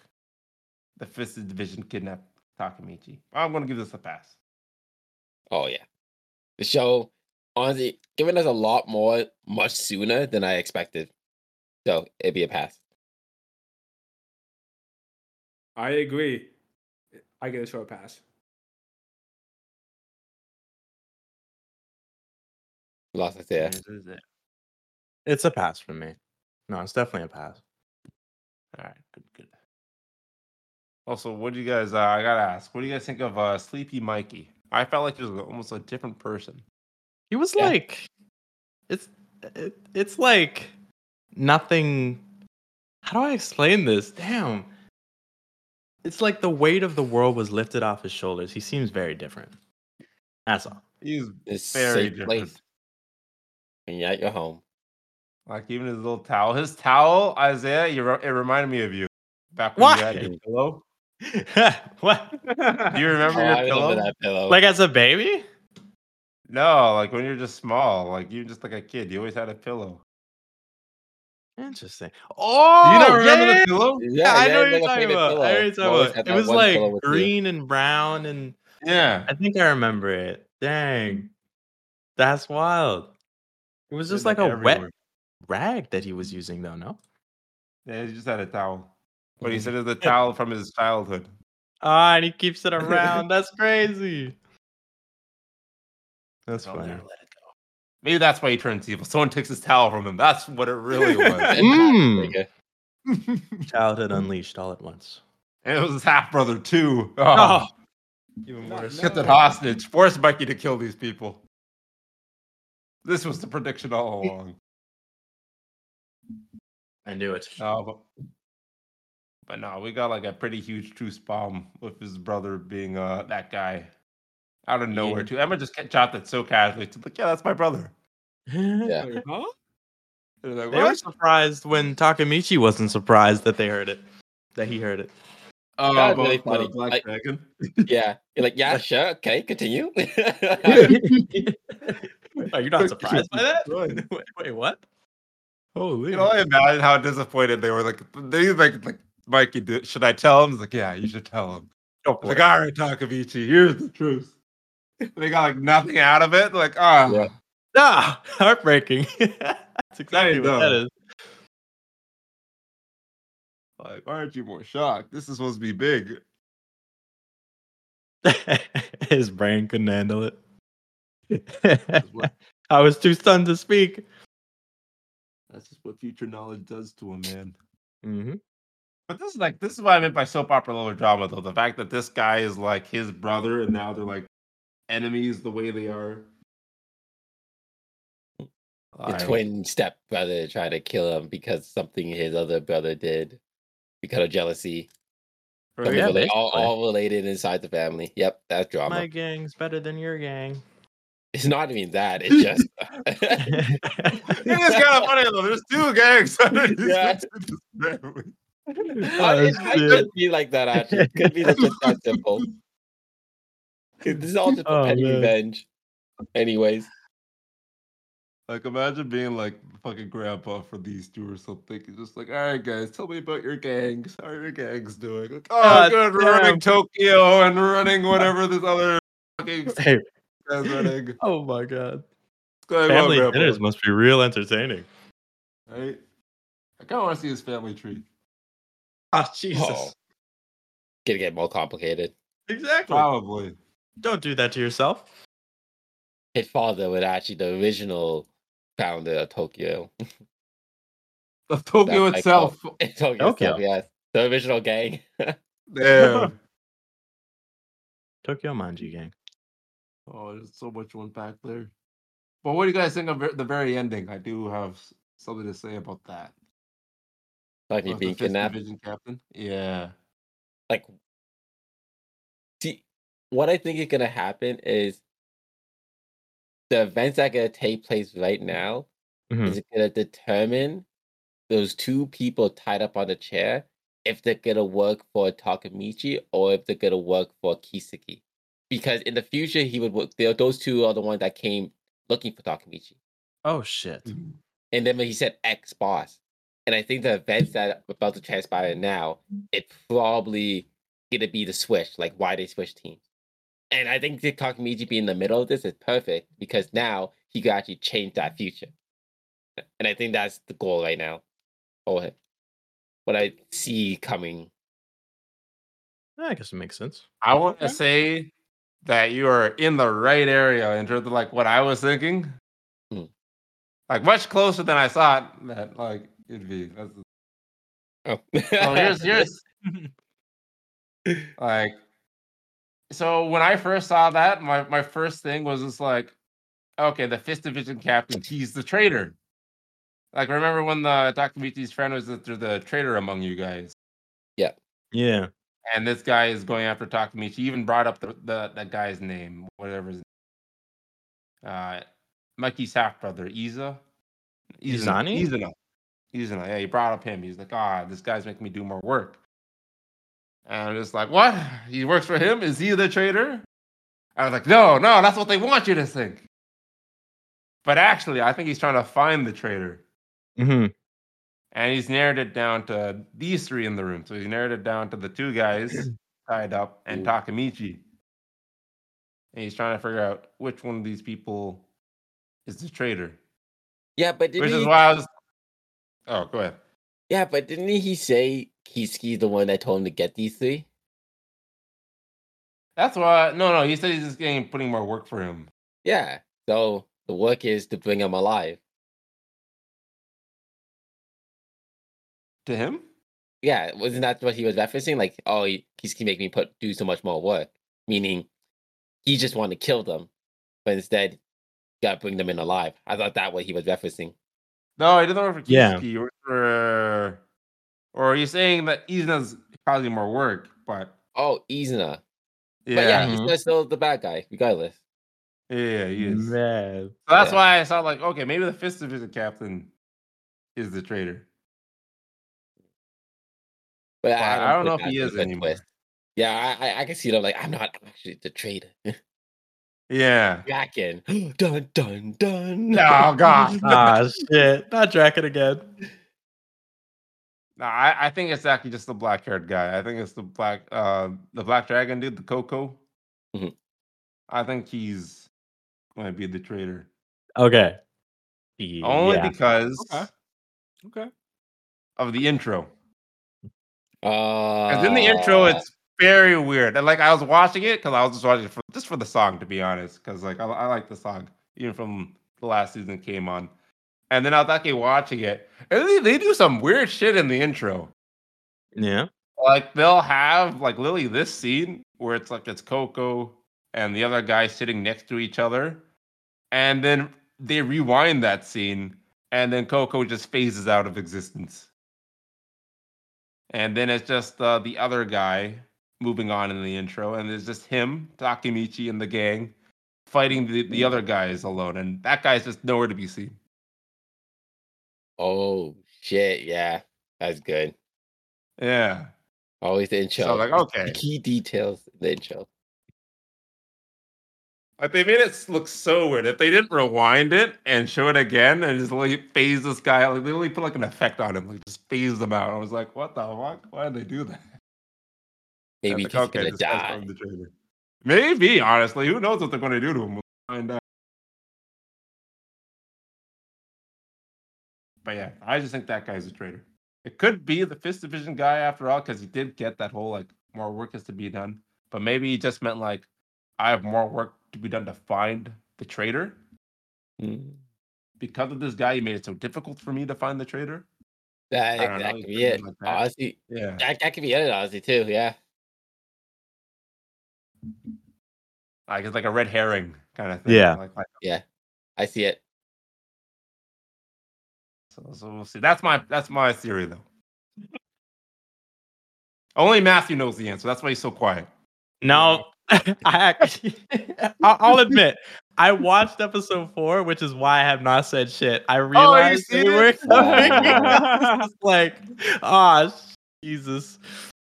A: the Fifth Division kidnapped Takamichi. I'm going to give this a pass.
D: Oh yeah, the show honestly giving us a lot more much sooner than I expected. So it'd be a pass.
C: I agree. I get a short pass.
D: Lost us there.
B: Mm,
A: This is it.
B: It's a pass for me. No, it's definitely a pass.
A: All right, good, good. Also, what do you guys? Uh, I gotta ask, what do you guys think of uh, Sleepy Mikey? I felt like he was almost a different person.
B: He was
D: Yeah.
B: like, it's it, it's like nothing. How do I explain this? Damn. It's like the weight of the world was lifted off his shoulders. He seems very different. That's all. [laughs]
A: He's
D: It's
A: very
D: very
A: different.
D: place when you're at your home.
A: Like even his little towel, his towel, Isaiah. You re- it reminded me of you back when you had your
B: Why?
A: [laughs] pillow.
B: what?
A: Do you remember
D: Oh,
A: your
D: I
A: pillow?
D: remember that pillow.
B: Like [laughs] as a baby?
A: No, like when you're just small, like you're just like a kid. You always had a pillow.
B: Interesting. Oh,
A: you don't remember
B: yeah!
A: the pillow?
D: yeah,
B: Yeah, I
D: yeah,
B: know what
D: it's
B: you're
D: like a
B: talking
D: faded
B: about.
D: pillow.
B: I know what you're
D: You
B: talking
D: always
B: about.
D: had
B: It
D: that
B: was
D: one pillow
B: like
D: with you.
B: green and brown, and
A: Yeah.
B: I think I remember it. Dang, that's wild. It was just like a wet rag that he was using, though. No.
A: Yeah, he just had a towel. But he
D: Mhm.
A: said it's a towel from his childhood.
B: Ah, and he keeps it around. that's crazy. That's
A: I'll
B: funny.
A: never let it go. Maybe that's why he turns evil. Someone takes his towel from him. That's what it [laughs]
D: [laughs]
A: really was.
D: It's not like
B: Mm.
D: a-
A: and
B: Childhood unleashed all at once.
A: it was his half brother too. Oh,
B: Oh,
C: Even
A: he kept it hostage. Forced Mikey to kill these people. This was the prediction all along.
B: I knew [laughs] it.
A: No, but, but no, we got like a pretty huge truce bomb with his brother being uh that guy out of nowhere
B: Yeah.
A: too. Emma just ca- dropped it so casually. She's like, yeah, that's my brother.
B: yeah.
C: Oh, Huh?
A: And they're like,
B: They were
A: what?
B: surprised when Takamichi wasn't surprised that they heard it, that he heard it.
A: Oh,
D: That was
A: both
D: really
A: the
D: funny.
A: Black
D: I-
A: Dragon.
D: yeah, you're like yeah, sure, okay, continue. [laughs]
B: Are you [laughs] not surprised by that? Wait, wait, what? Holy.
A: You know, I imagine how disappointed they were. Like they like like Mikey, do, should I tell him? He's like, yeah, you should tell him.
B: Go for
A: Like,
B: it.
A: all right, Takamichi, here's the truth. They got like nothing out of it. Like, ah,
D: Yeah.
B: Ah, [laughs] heartbreaking. [laughs] That's exactly what that
A: know.
B: is.
A: like, why aren't you more shocked? This is supposed to be big.
B: [laughs] His brain couldn't handle it.
A: what- [laughs]
B: [laughs] I was too stunned to speak.
A: That's just what future knowledge does to a man.
B: Mm-hmm.
A: But this is like this is what I meant by soap opera level drama, though. The fact that this guy is like his brother, and now they're like enemies the way they are.
D: The
A: I-
D: twin stepbrother tried to kill him because something his other brother did because of jealousy.
A: Right?
D: But
B: yeah,
D: really, all,
B: basically.
D: all related inside the family. Yep, that's drama.
B: My gang's better than your [laughs] gang.
D: It's not even that. It's
B: [laughs]
D: just
A: [laughs]
D: [laughs]
A: It is kind of funny though. There's two
B: [laughs]
A: gangs. underneath [laughs]
D: Yeah.
A: this family.
D: Uh, it
B: Oh,
D: might
B: shit.
D: just be like that. Actually, it could be that just that simple. 'Cause This is all just for
B: Oh,
D: petty
B: man.
D: revenge. Anyways,
A: Like imagine being like the fucking grandpa for these two or something. It's just like, all right, guys, tell me about your gangs. How are your gangs doing? Like, oh,
B: God
A: good, running
B: damn.
A: Tokyo and running whatever this other
B: [laughs]
A: fucking
B: Hey,
A: guy's running. What's
B: oh my god.
A: going on,
B: Family
A: grandpa?
B: dinners must be real entertaining.
A: Right? I kind of want to see his family tree.
B: Ah, Jesus.
D: Oh. gonna get more complicated.
B: Exactly.
A: Probably. [laughs]
B: Don't do that to yourself.
D: His father was actually the original founder of Tokyo. [laughs]
A: The Tokyo
D: That I call-
A: itself.
D: Tokyo,
B: Tokyo.
D: itself, yes, the original gang. [laughs]
A: Damn.
B: Tokyo Manji gang.
A: [laughs] oh, there's so much one back there. But what do you guys think of ver- the very ending? I do have s- something to say about that.
D: Like you
A: About the
D: being
A: fifth
D: kidnapped.
A: division captain. Yeah.
D: like see what I think is gonna happen is the events that gonna take place right now
B: Mhm.
D: is gonna determine those two people tied up on the chair if they're gonna work for Takamichi or if they're gonna work for Kiseki. Because in the future he would work they- those two are the ones that came looking for Takamichi.
B: Oh shit.
D: And then when he said ex boss. And I think the events that are about to transpire now, it probably gonna be the switch, like why they switch teams. And I think the Takamichi being in the middle of this is perfect because now he could actually change that future. And I think that's the goal right now. Or what I see coming. [laughs]
B: Yeah, I guess it makes sense.
A: I want to
D: Okay.
A: say that you are in the right area in terms of like what I was thinking.
D: Hmm.
A: Like much closer than I thought that like it'd be. That's the-
D: Oh,
A: So
D: [laughs]
A: here's here's like so when I first saw that, my, my first thing was just like, okay, the fifth division captain, he's the traitor. Like remember when the Dr. Michi's friend was that they're the traitor among you guys.
B: Yeah.
A: and this guy is going after Takamichi. He even brought up the, the that guy's name, whatever his name. Uh, Mikey's half brother, Iza.
B: Izani?
A: Izana. Izana. Yeah, he brought up him. He's like, ah, this guy's making me do more work. And I'm just like, what? He works for him? Is he the traitor? I was like, no, no, that's what they want you to think. But actually, I think he's trying to find the traitor.
B: Mm-hmm.
A: And he's narrowed it down to these three in the room. So he narrowed it down to the two
D: [clears throat]
A: guys tied up and
D: Ooh.
A: Takamichi. And he's trying to figure out which one of these people is the traitor.
D: yeah, but didn't
A: Which
D: he,
A: is why I was. Oh, go ahead.
D: yeah, but didn't he say Kiski's the one that told him to get these three?
A: That's why. No, no. He said he's just getting putting more work for him.
D: Yeah. So the work is to bring him alive.
A: To him?
D: yeah, wasn't that what he was referencing? Like, oh, he, he's gonna make me put do so much more work, meaning he just wanted to kill them, but instead got to bring them in alive. I thought that what he was referencing.
A: No, he doesn't work for Kisuke.
B: Yeah.
A: He works for. Or he's saying that Izuna's causing more work, but.
D: Oh,
A: Yeah. mm-hmm.
D: Izuna. But yeah,
A: yeah.
D: he's Izuna's still the bad guy, regardless.
A: Yeah, he is.
B: [laughs] Man.
A: So that's
D: Yeah.
A: why I saw like, okay, maybe the fifth division captain is the traitor.
D: But
A: Well, I don't know
D: think
A: if he
D: that's a
A: is
D: good
A: anymore.
D: twist. Yeah, I, I, I can see them like I'm not actually the traitor.
A: Yeah.
D: Kraken. [gasps] dun dun dun.
A: Oh
D: [laughs]
A: gosh. No,
B: Ah shit. Not Draken again.
A: no, I, I think it's actually just the black haired guy. I think it's the black uh the black dragon dude, the Coco.
D: Mhm.
A: I think he's gonna be the traitor.
B: Okay.
A: Only
B: yeah.
A: because
C: Okay. Okay.
A: of the intro. Because
D: Uh,
A: in the intro it's very weird. And like I was watching it because I was just watching it for just for the song, to be honest. Because like I, I like the song, even from the last season it came on. And then I was actually watching it. And they, they do some weird shit in the intro.
B: Yeah.
A: Like they'll have like literally this scene where it's like it's Coco and the other guy sitting next to each other, and then they rewind that scene, and then Coco just phases out of existence. And then it's just uh, the other guy moving on in the intro, and there's just him, Takemichi, and the gang fighting the, the other guys alone, and that guy's just nowhere to be seen.
D: Oh shit, yeah. That's good.
A: Yeah.
D: Always the intro.
A: So like,
D: The
A: okay,
D: key details, in the intro.
A: like they made it look so weird. If they didn't rewind it and show it again and just like phase this guy, out, like they literally put like an effect on him, like just phase them out. I was like, what the fuck? Why did they do that?
D: Maybe
A: Like,
D: he's gonna
A: this guy's
D: die.
A: from the trailer. Maybe honestly, who knows what they're gonna do to him? We'll find out. But yeah, I just think that guy's a traitor. It could be the fist division guy after all, because he did get that whole like more work is to be done. But maybe he just meant like I have more work to be done to find the traitor.
D: Mm.
A: Because of this guy, he made it so difficult for me to find the traitor.
D: That,
A: I don't know,
D: that
A: it
D: could
A: could
D: be it.
A: be like that.
D: Honestly,
A: Yeah.
D: that, that could be it, honestly, too. Yeah.
A: Like it's like a red herring kind of thing.
B: Yeah.
A: Like, like
D: I see it.
A: So, so we'll see. That's my that's my theory though. Only Matthew knows the answer. That's why he's so quiet.
B: No, [laughs] I, actually- I- I'll admit, I watched episode four, which is why I have not said shit. I realized
A: see
B: they [laughs] were
A: it?
B: coming.
D: Wow.
B: It's like, ah, Jesus.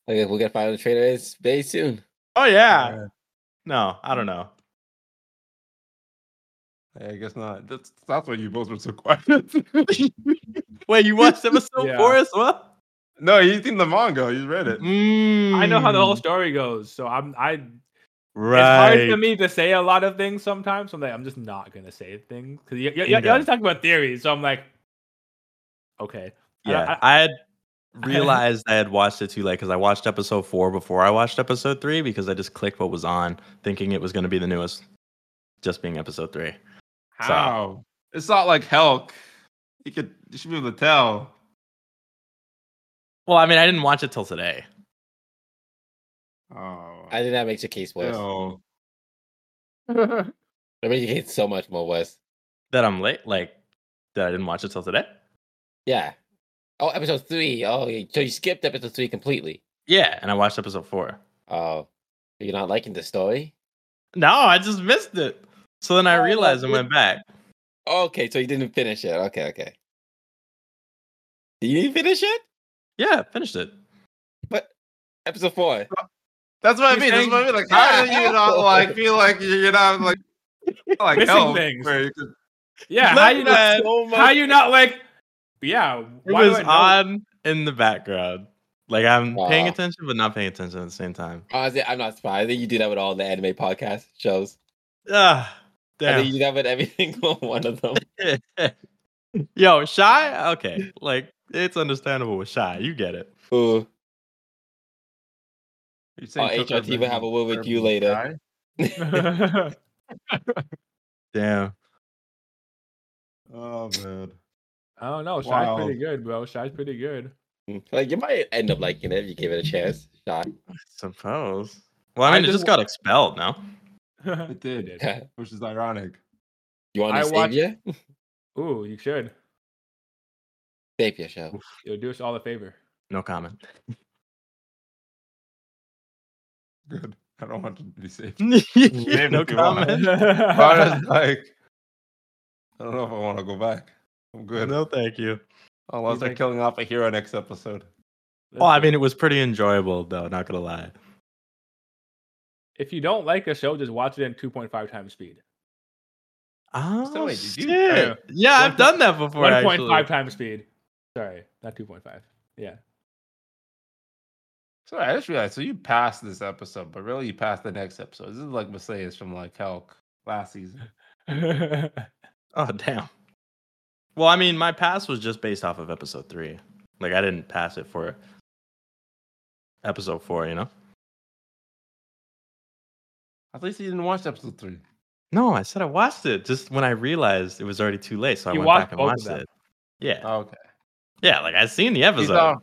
D: Okay, we're gonna find out the traitor is very soon.
B: Oh yeah. No, I don't know.
A: Yeah, I guess not. That's that's why you both were so quiet. [laughs]
B: Wait, you watched [laughs] episode
C: Yeah.
B: four as well?
A: no, you've seen the manga. You read
B: Mm-hmm.
A: it.
C: I know how the whole
B: Mm,
C: story goes, so I'm I.
B: right.
C: It's hard for me to say a lot of things sometimes. So I'm like, I'm just not gonna say things because y- y- y-
B: Yeah.
C: y'all just talking about theories. So I'm like, okay, I-
B: Yeah, I,
C: [laughs]
B: had realized I had watched it too late because I watched episode four before I watched episode three because I just clicked what was on, thinking it was going to be the newest, just being episode three. So-
A: How? It's not like Helk. You could you should be able to tell.
B: Well, I mean, I didn't watch it till today.
A: Oh.
D: I think that makes your case worse.
A: no.
D: That makes your case so much more worse.
B: That I'm late, like that I didn't watch it till today.
D: Yeah. Oh, episode three. Oh, yeah, so you skipped episode three completely.
B: Yeah, and I watched episode four.
D: Oh, you're not liking the story.
B: No, I just missed it. So then I
D: Oh,
B: realized and
D: yeah.
B: went back.
D: Okay, so you didn't finish it. Okay, okay. You didn't finish it?
B: Yeah, finished it.
D: Episode four.
A: That's what I
C: He's
A: mean. That's
C: saying-
A: what I mean. Like, how do you not like feel like you're not like like
C: Missing
A: Helk,
C: things.
A: where you could-
C: yeah. How
B: Let
C: you
B: me
C: not?
B: add-
D: So much-
C: How you not like? Yeah,
B: It
C: why do
B: was
C: I know?
B: on in the background. Like I'm paying
D: Aw.
B: attention, but not paying attention at the same time.
D: Honestly, I'm not surprised. I think you do that with all the anime podcast shows.
B: Ah,
D: I
B: damn.
D: think you do that with every [laughs] single one of them.
B: Yo, shy. Okay, like it's understandable with shy. You get it.
D: Ooh.
A: you're
D: Oh,
A: saying Coco
D: HRT will
A: doesn't
D: have a word with
A: deserve
D: you
A: to
D: later.
A: die?
B: Damn.
A: Oh man.
C: [laughs] I don't know. Shy's
A: Wow.
C: pretty good, bro. Shy's pretty good.
D: Hmm. Like you might end up liking it if you give it a chance. Shot. [laughs]
B: Suppose. Well, I
A: I
B: mean, it
A: did
B: just
A: wa-
B: got expelled now.
A: It did,
C: did.
D: you
A: which is ironic.
D: want to
C: I
D: save
C: watched-
D: you?
C: [laughs] Ooh, you should.
D: Save
C: [laughs]
D: your show.
C: You'll do us all a favor.
B: No comment. [laughs]
A: Good. I don't want it to be [laughs] safe.
B: no
A: if you want.
C: [laughs]
B: comment.
A: I was like, I don't know if I want to go back. I'm [laughs] good.
B: No, thank you.
A: Unless
C: He's
A: they're
C: like-
A: killing off a hero next episode.
B: Well, I mean, it was pretty enjoyable, though. Not gonna lie.
C: if you don't like the show, just watch it in 2.5 times speed.
B: Oh
A: So wait, did
B: shit!
A: you-
B: Yeah,
C: uh,
B: I've done that before.
C: 1.5
B: Actually,
C: times speed. Sorry, not 2.5. Yeah.
A: So I just realized. So you passed this episode, but really you passed the next episode. This is like Messias from like Hulk last season.
B: oh damn. Well, I mean, my pass was just based off of episode three. Like, I didn't pass it for episode four. You know?
A: At least you didn't watch episode three.
B: No, I said I watched it just when I realized it was already too late, so I
C: You
B: went
C: watched
B: back and
C: both of
B: watched
C: them.
B: it. Yeah,
A: Okay.
B: yeah. Like I'd seen the
A: Oh. He's
B: episode.
A: all,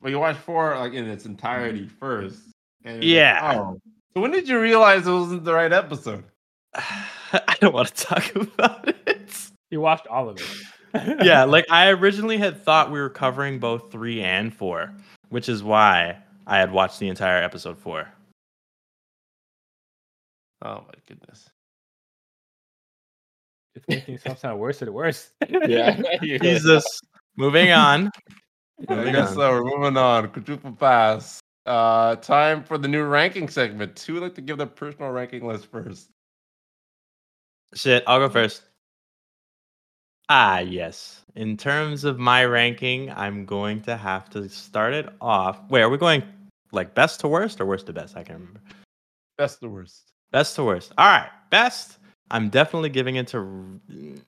A: But you watch four like in its entirety first. and you're like,
B: Yeah.
A: oh. So when did you realize it wasn't the right episode?
B: [sighs] I don't want to talk [laughs] about it.
C: [laughs] You watched all of it.
B: yeah, like I originally had thought we were covering both three and four, which is why I had watched the entire episode four.
A: Oh my goodness.
C: [laughs] It's making stuff sound worse and worse.
D: Yeah.
C: [laughs]
D: You really- [laughs]
B: Jesus. Moving on.
A: I
B: Moving
A: guess
B: on.
A: so. We're moving on. Quadruple pass. Uh, time for the new ranking segment. Who would like to give their personal ranking list first?
B: Shit, I'll go first. Ah, yes. In terms of my ranking, I'm going to have to start it off. Wait, are we going like best to worst or worst to best? I can't remember.
A: Best to worst.
B: Best to worst. All right, best. I'm definitely giving it to R-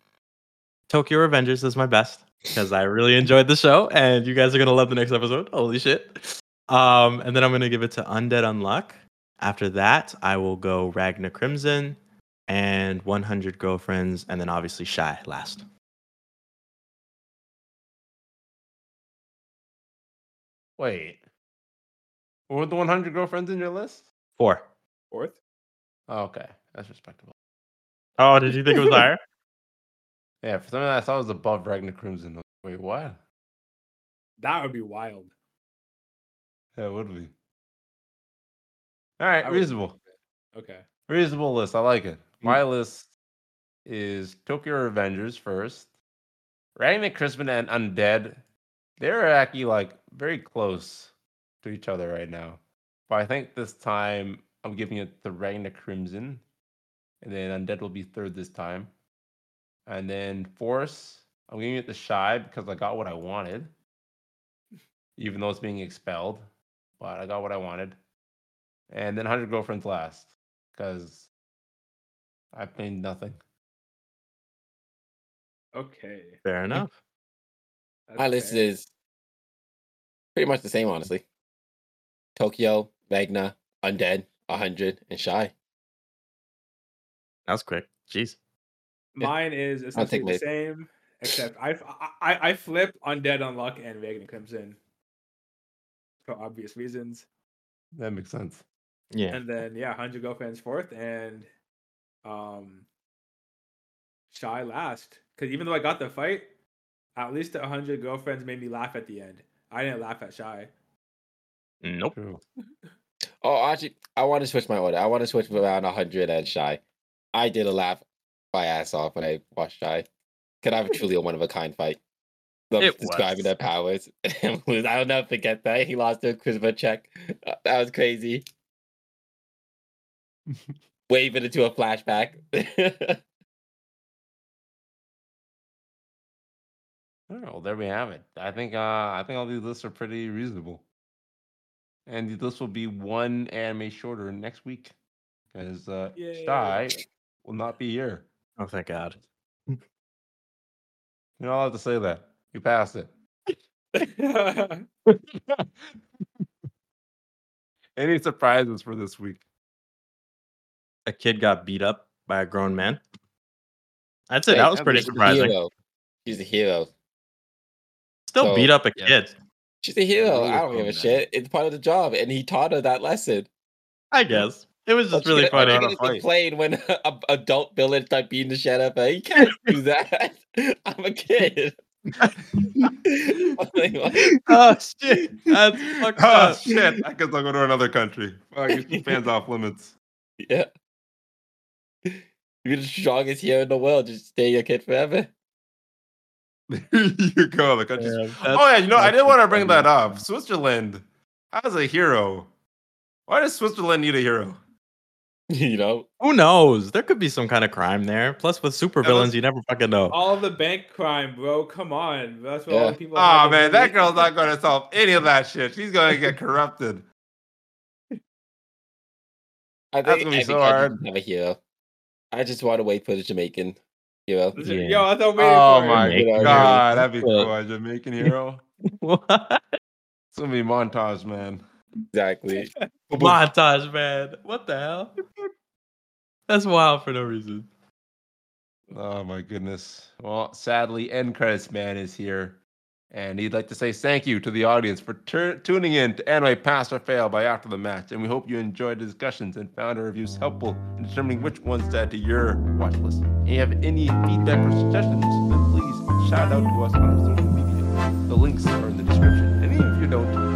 B: Tokyo Revengers as my best because I really enjoyed the show, and you guys are gonna love the next episode. Holy shit! Um, and then I'm gonna give it to Undead Unluck. After that, I will go Ragna Crimson and 100 Girlfriends, and then obviously Shy last.
A: Wait. Were the 100 girlfriends in your list?
B: Four.
C: Fourth.
A: Oh, okay. That's respectable.
B: Oh, did you think it was higher?
A: Yeah, for some reason I thought it was above Ragnar Crimson. Wait, what?
C: That would be wild.
A: Yeah, it would be. All right,
C: I would-
A: reasonable.
C: Okay.
A: Reasonable list. I like it. My list is Tokyo Revengers first. Ragnar Crispin and Undead. They're actually like very close to each other right now. But I think this time I'm giving it to Ragnar Crimson. And then Undead will be third this time. And then Force, I'm giving it to Shy because I got what I wanted. Even though it's being expelled. But I got what I wanted. And then 100 Girlfriends last because I played nothing.
C: Okay.
B: [laughs] Fair enough.
D: My list
C: Okay.
D: is pretty much the same, honestly. Tokyo, Magna, Undead, 100, and Shy.
B: That was quick. Jeez.
D: Yeah.
C: Mine is
D: I'll take
C: essentially the same, except I, I I flip Undead Unluck and Reagan Crimson for obvious reasons,
A: That makes sense.
B: Yeah.
C: and then yeah, Hundred Girlfriends fourth and um Shy last. Because even though I got the fight, at least the Hundred Girlfriends made me laugh at the end. I didn't laugh at Shy. [laughs]
B: Nope.
A: True.
D: Oh, actually, I want to switch my order. I want to switch around 100 and Shy. I did a laugh my ass off when I watched Shy. Could I have truly a one of a kind fight? Them
B: It
D: describing
B: was.
D: their powers. [laughs] I don't know if I get that. He lost to a charisma check. Uh, That was crazy. Waving into a flashback. [laughs]
A: All right, well, there we have it. I think uh, I think all these lists are pretty reasonable, and the list will be one anime shorter next week because uh,
C: Yay.
A: Shy will not be here.
B: Oh, thank God.
A: You're not allowed to say that. You passed it. [laughs] Any surprises for this week? [laughs]
B: a kid got beat up by a grown man. That's it.
D: Like,
B: That was pretty
D: she's a
B: surprising.
D: hero. She's a hero.
B: Still
D: So,
B: beat up a
A: yeah.
B: kid.
D: She's a hero.
A: really
D: I don't give
A: wrong,
D: a
A: man.
D: shit. It's part of the job. And he taught her that lesson.
B: I guess it was just
D: That's
B: really
A: gonna-
B: funny.
A: I
D: She [laughs]
A: don't know.
D: complained when an adult villain start beating the shit out of her. You can't
A: [laughs]
D: do that. [laughs] I'm a kid. [laughs] Like, what?
B: oh shit! That's fucked
A: oh
B: up.
A: shit! I guess I'll go to another country. Fuck, you keep
B: [laughs]
A: fans off limits. [laughs]
D: yeah. You're the strongest hero in the world. Just stay your kid forever. [laughs]
A: you go. The country's
B: Yeah, that's-
A: oh yeah, you know, I
B: that's
A: did want to
B: just
A: bring
B: funny.
A: that up. Switzerland as a hero. Why does Switzerland need a hero?
D: you know?
B: Who knows? There could be some kind of crime there. Plus, with supervillains, you never fucking know.
C: all the bank crime, bro. Come on, that's what all
D: Yeah.
C: the people.
A: Oh
C: have
A: man,
C: to
A: that
C: do.
A: girl's not gonna solve any of that shit. She's gonna get corrupted.
D: I
A: That's
D: think
A: gonna be
D: every
A: so
D: country
A: hard.
D: should Have a hero. I just want to wait for the Jamaican hero.
C: This is- [laughs]
B: Yeah.
C: Yo, I thought we.
A: Oh
C: were-
A: my
B: Jamaican
A: god, that'd be
D: hero.
A: cool. A Jamaican [laughs] hero.
B: What?
A: It's gonna be montage, man.
D: Exactly.
B: [laughs] Montage, man. What the hell? That's wild for no reason.
A: Oh my goodness. Well, sadly, end credits man is here, And he'd like to say thank you to the audience for tur tuning in to Anime Pass or Fail by After the Match. And we hope you enjoyed the discussions and found our reviews helpful in determining which ones to add to your watch list. And if you have any feedback or suggestions, then please shout out to us on our social media. The links are in the description. And even if you don't,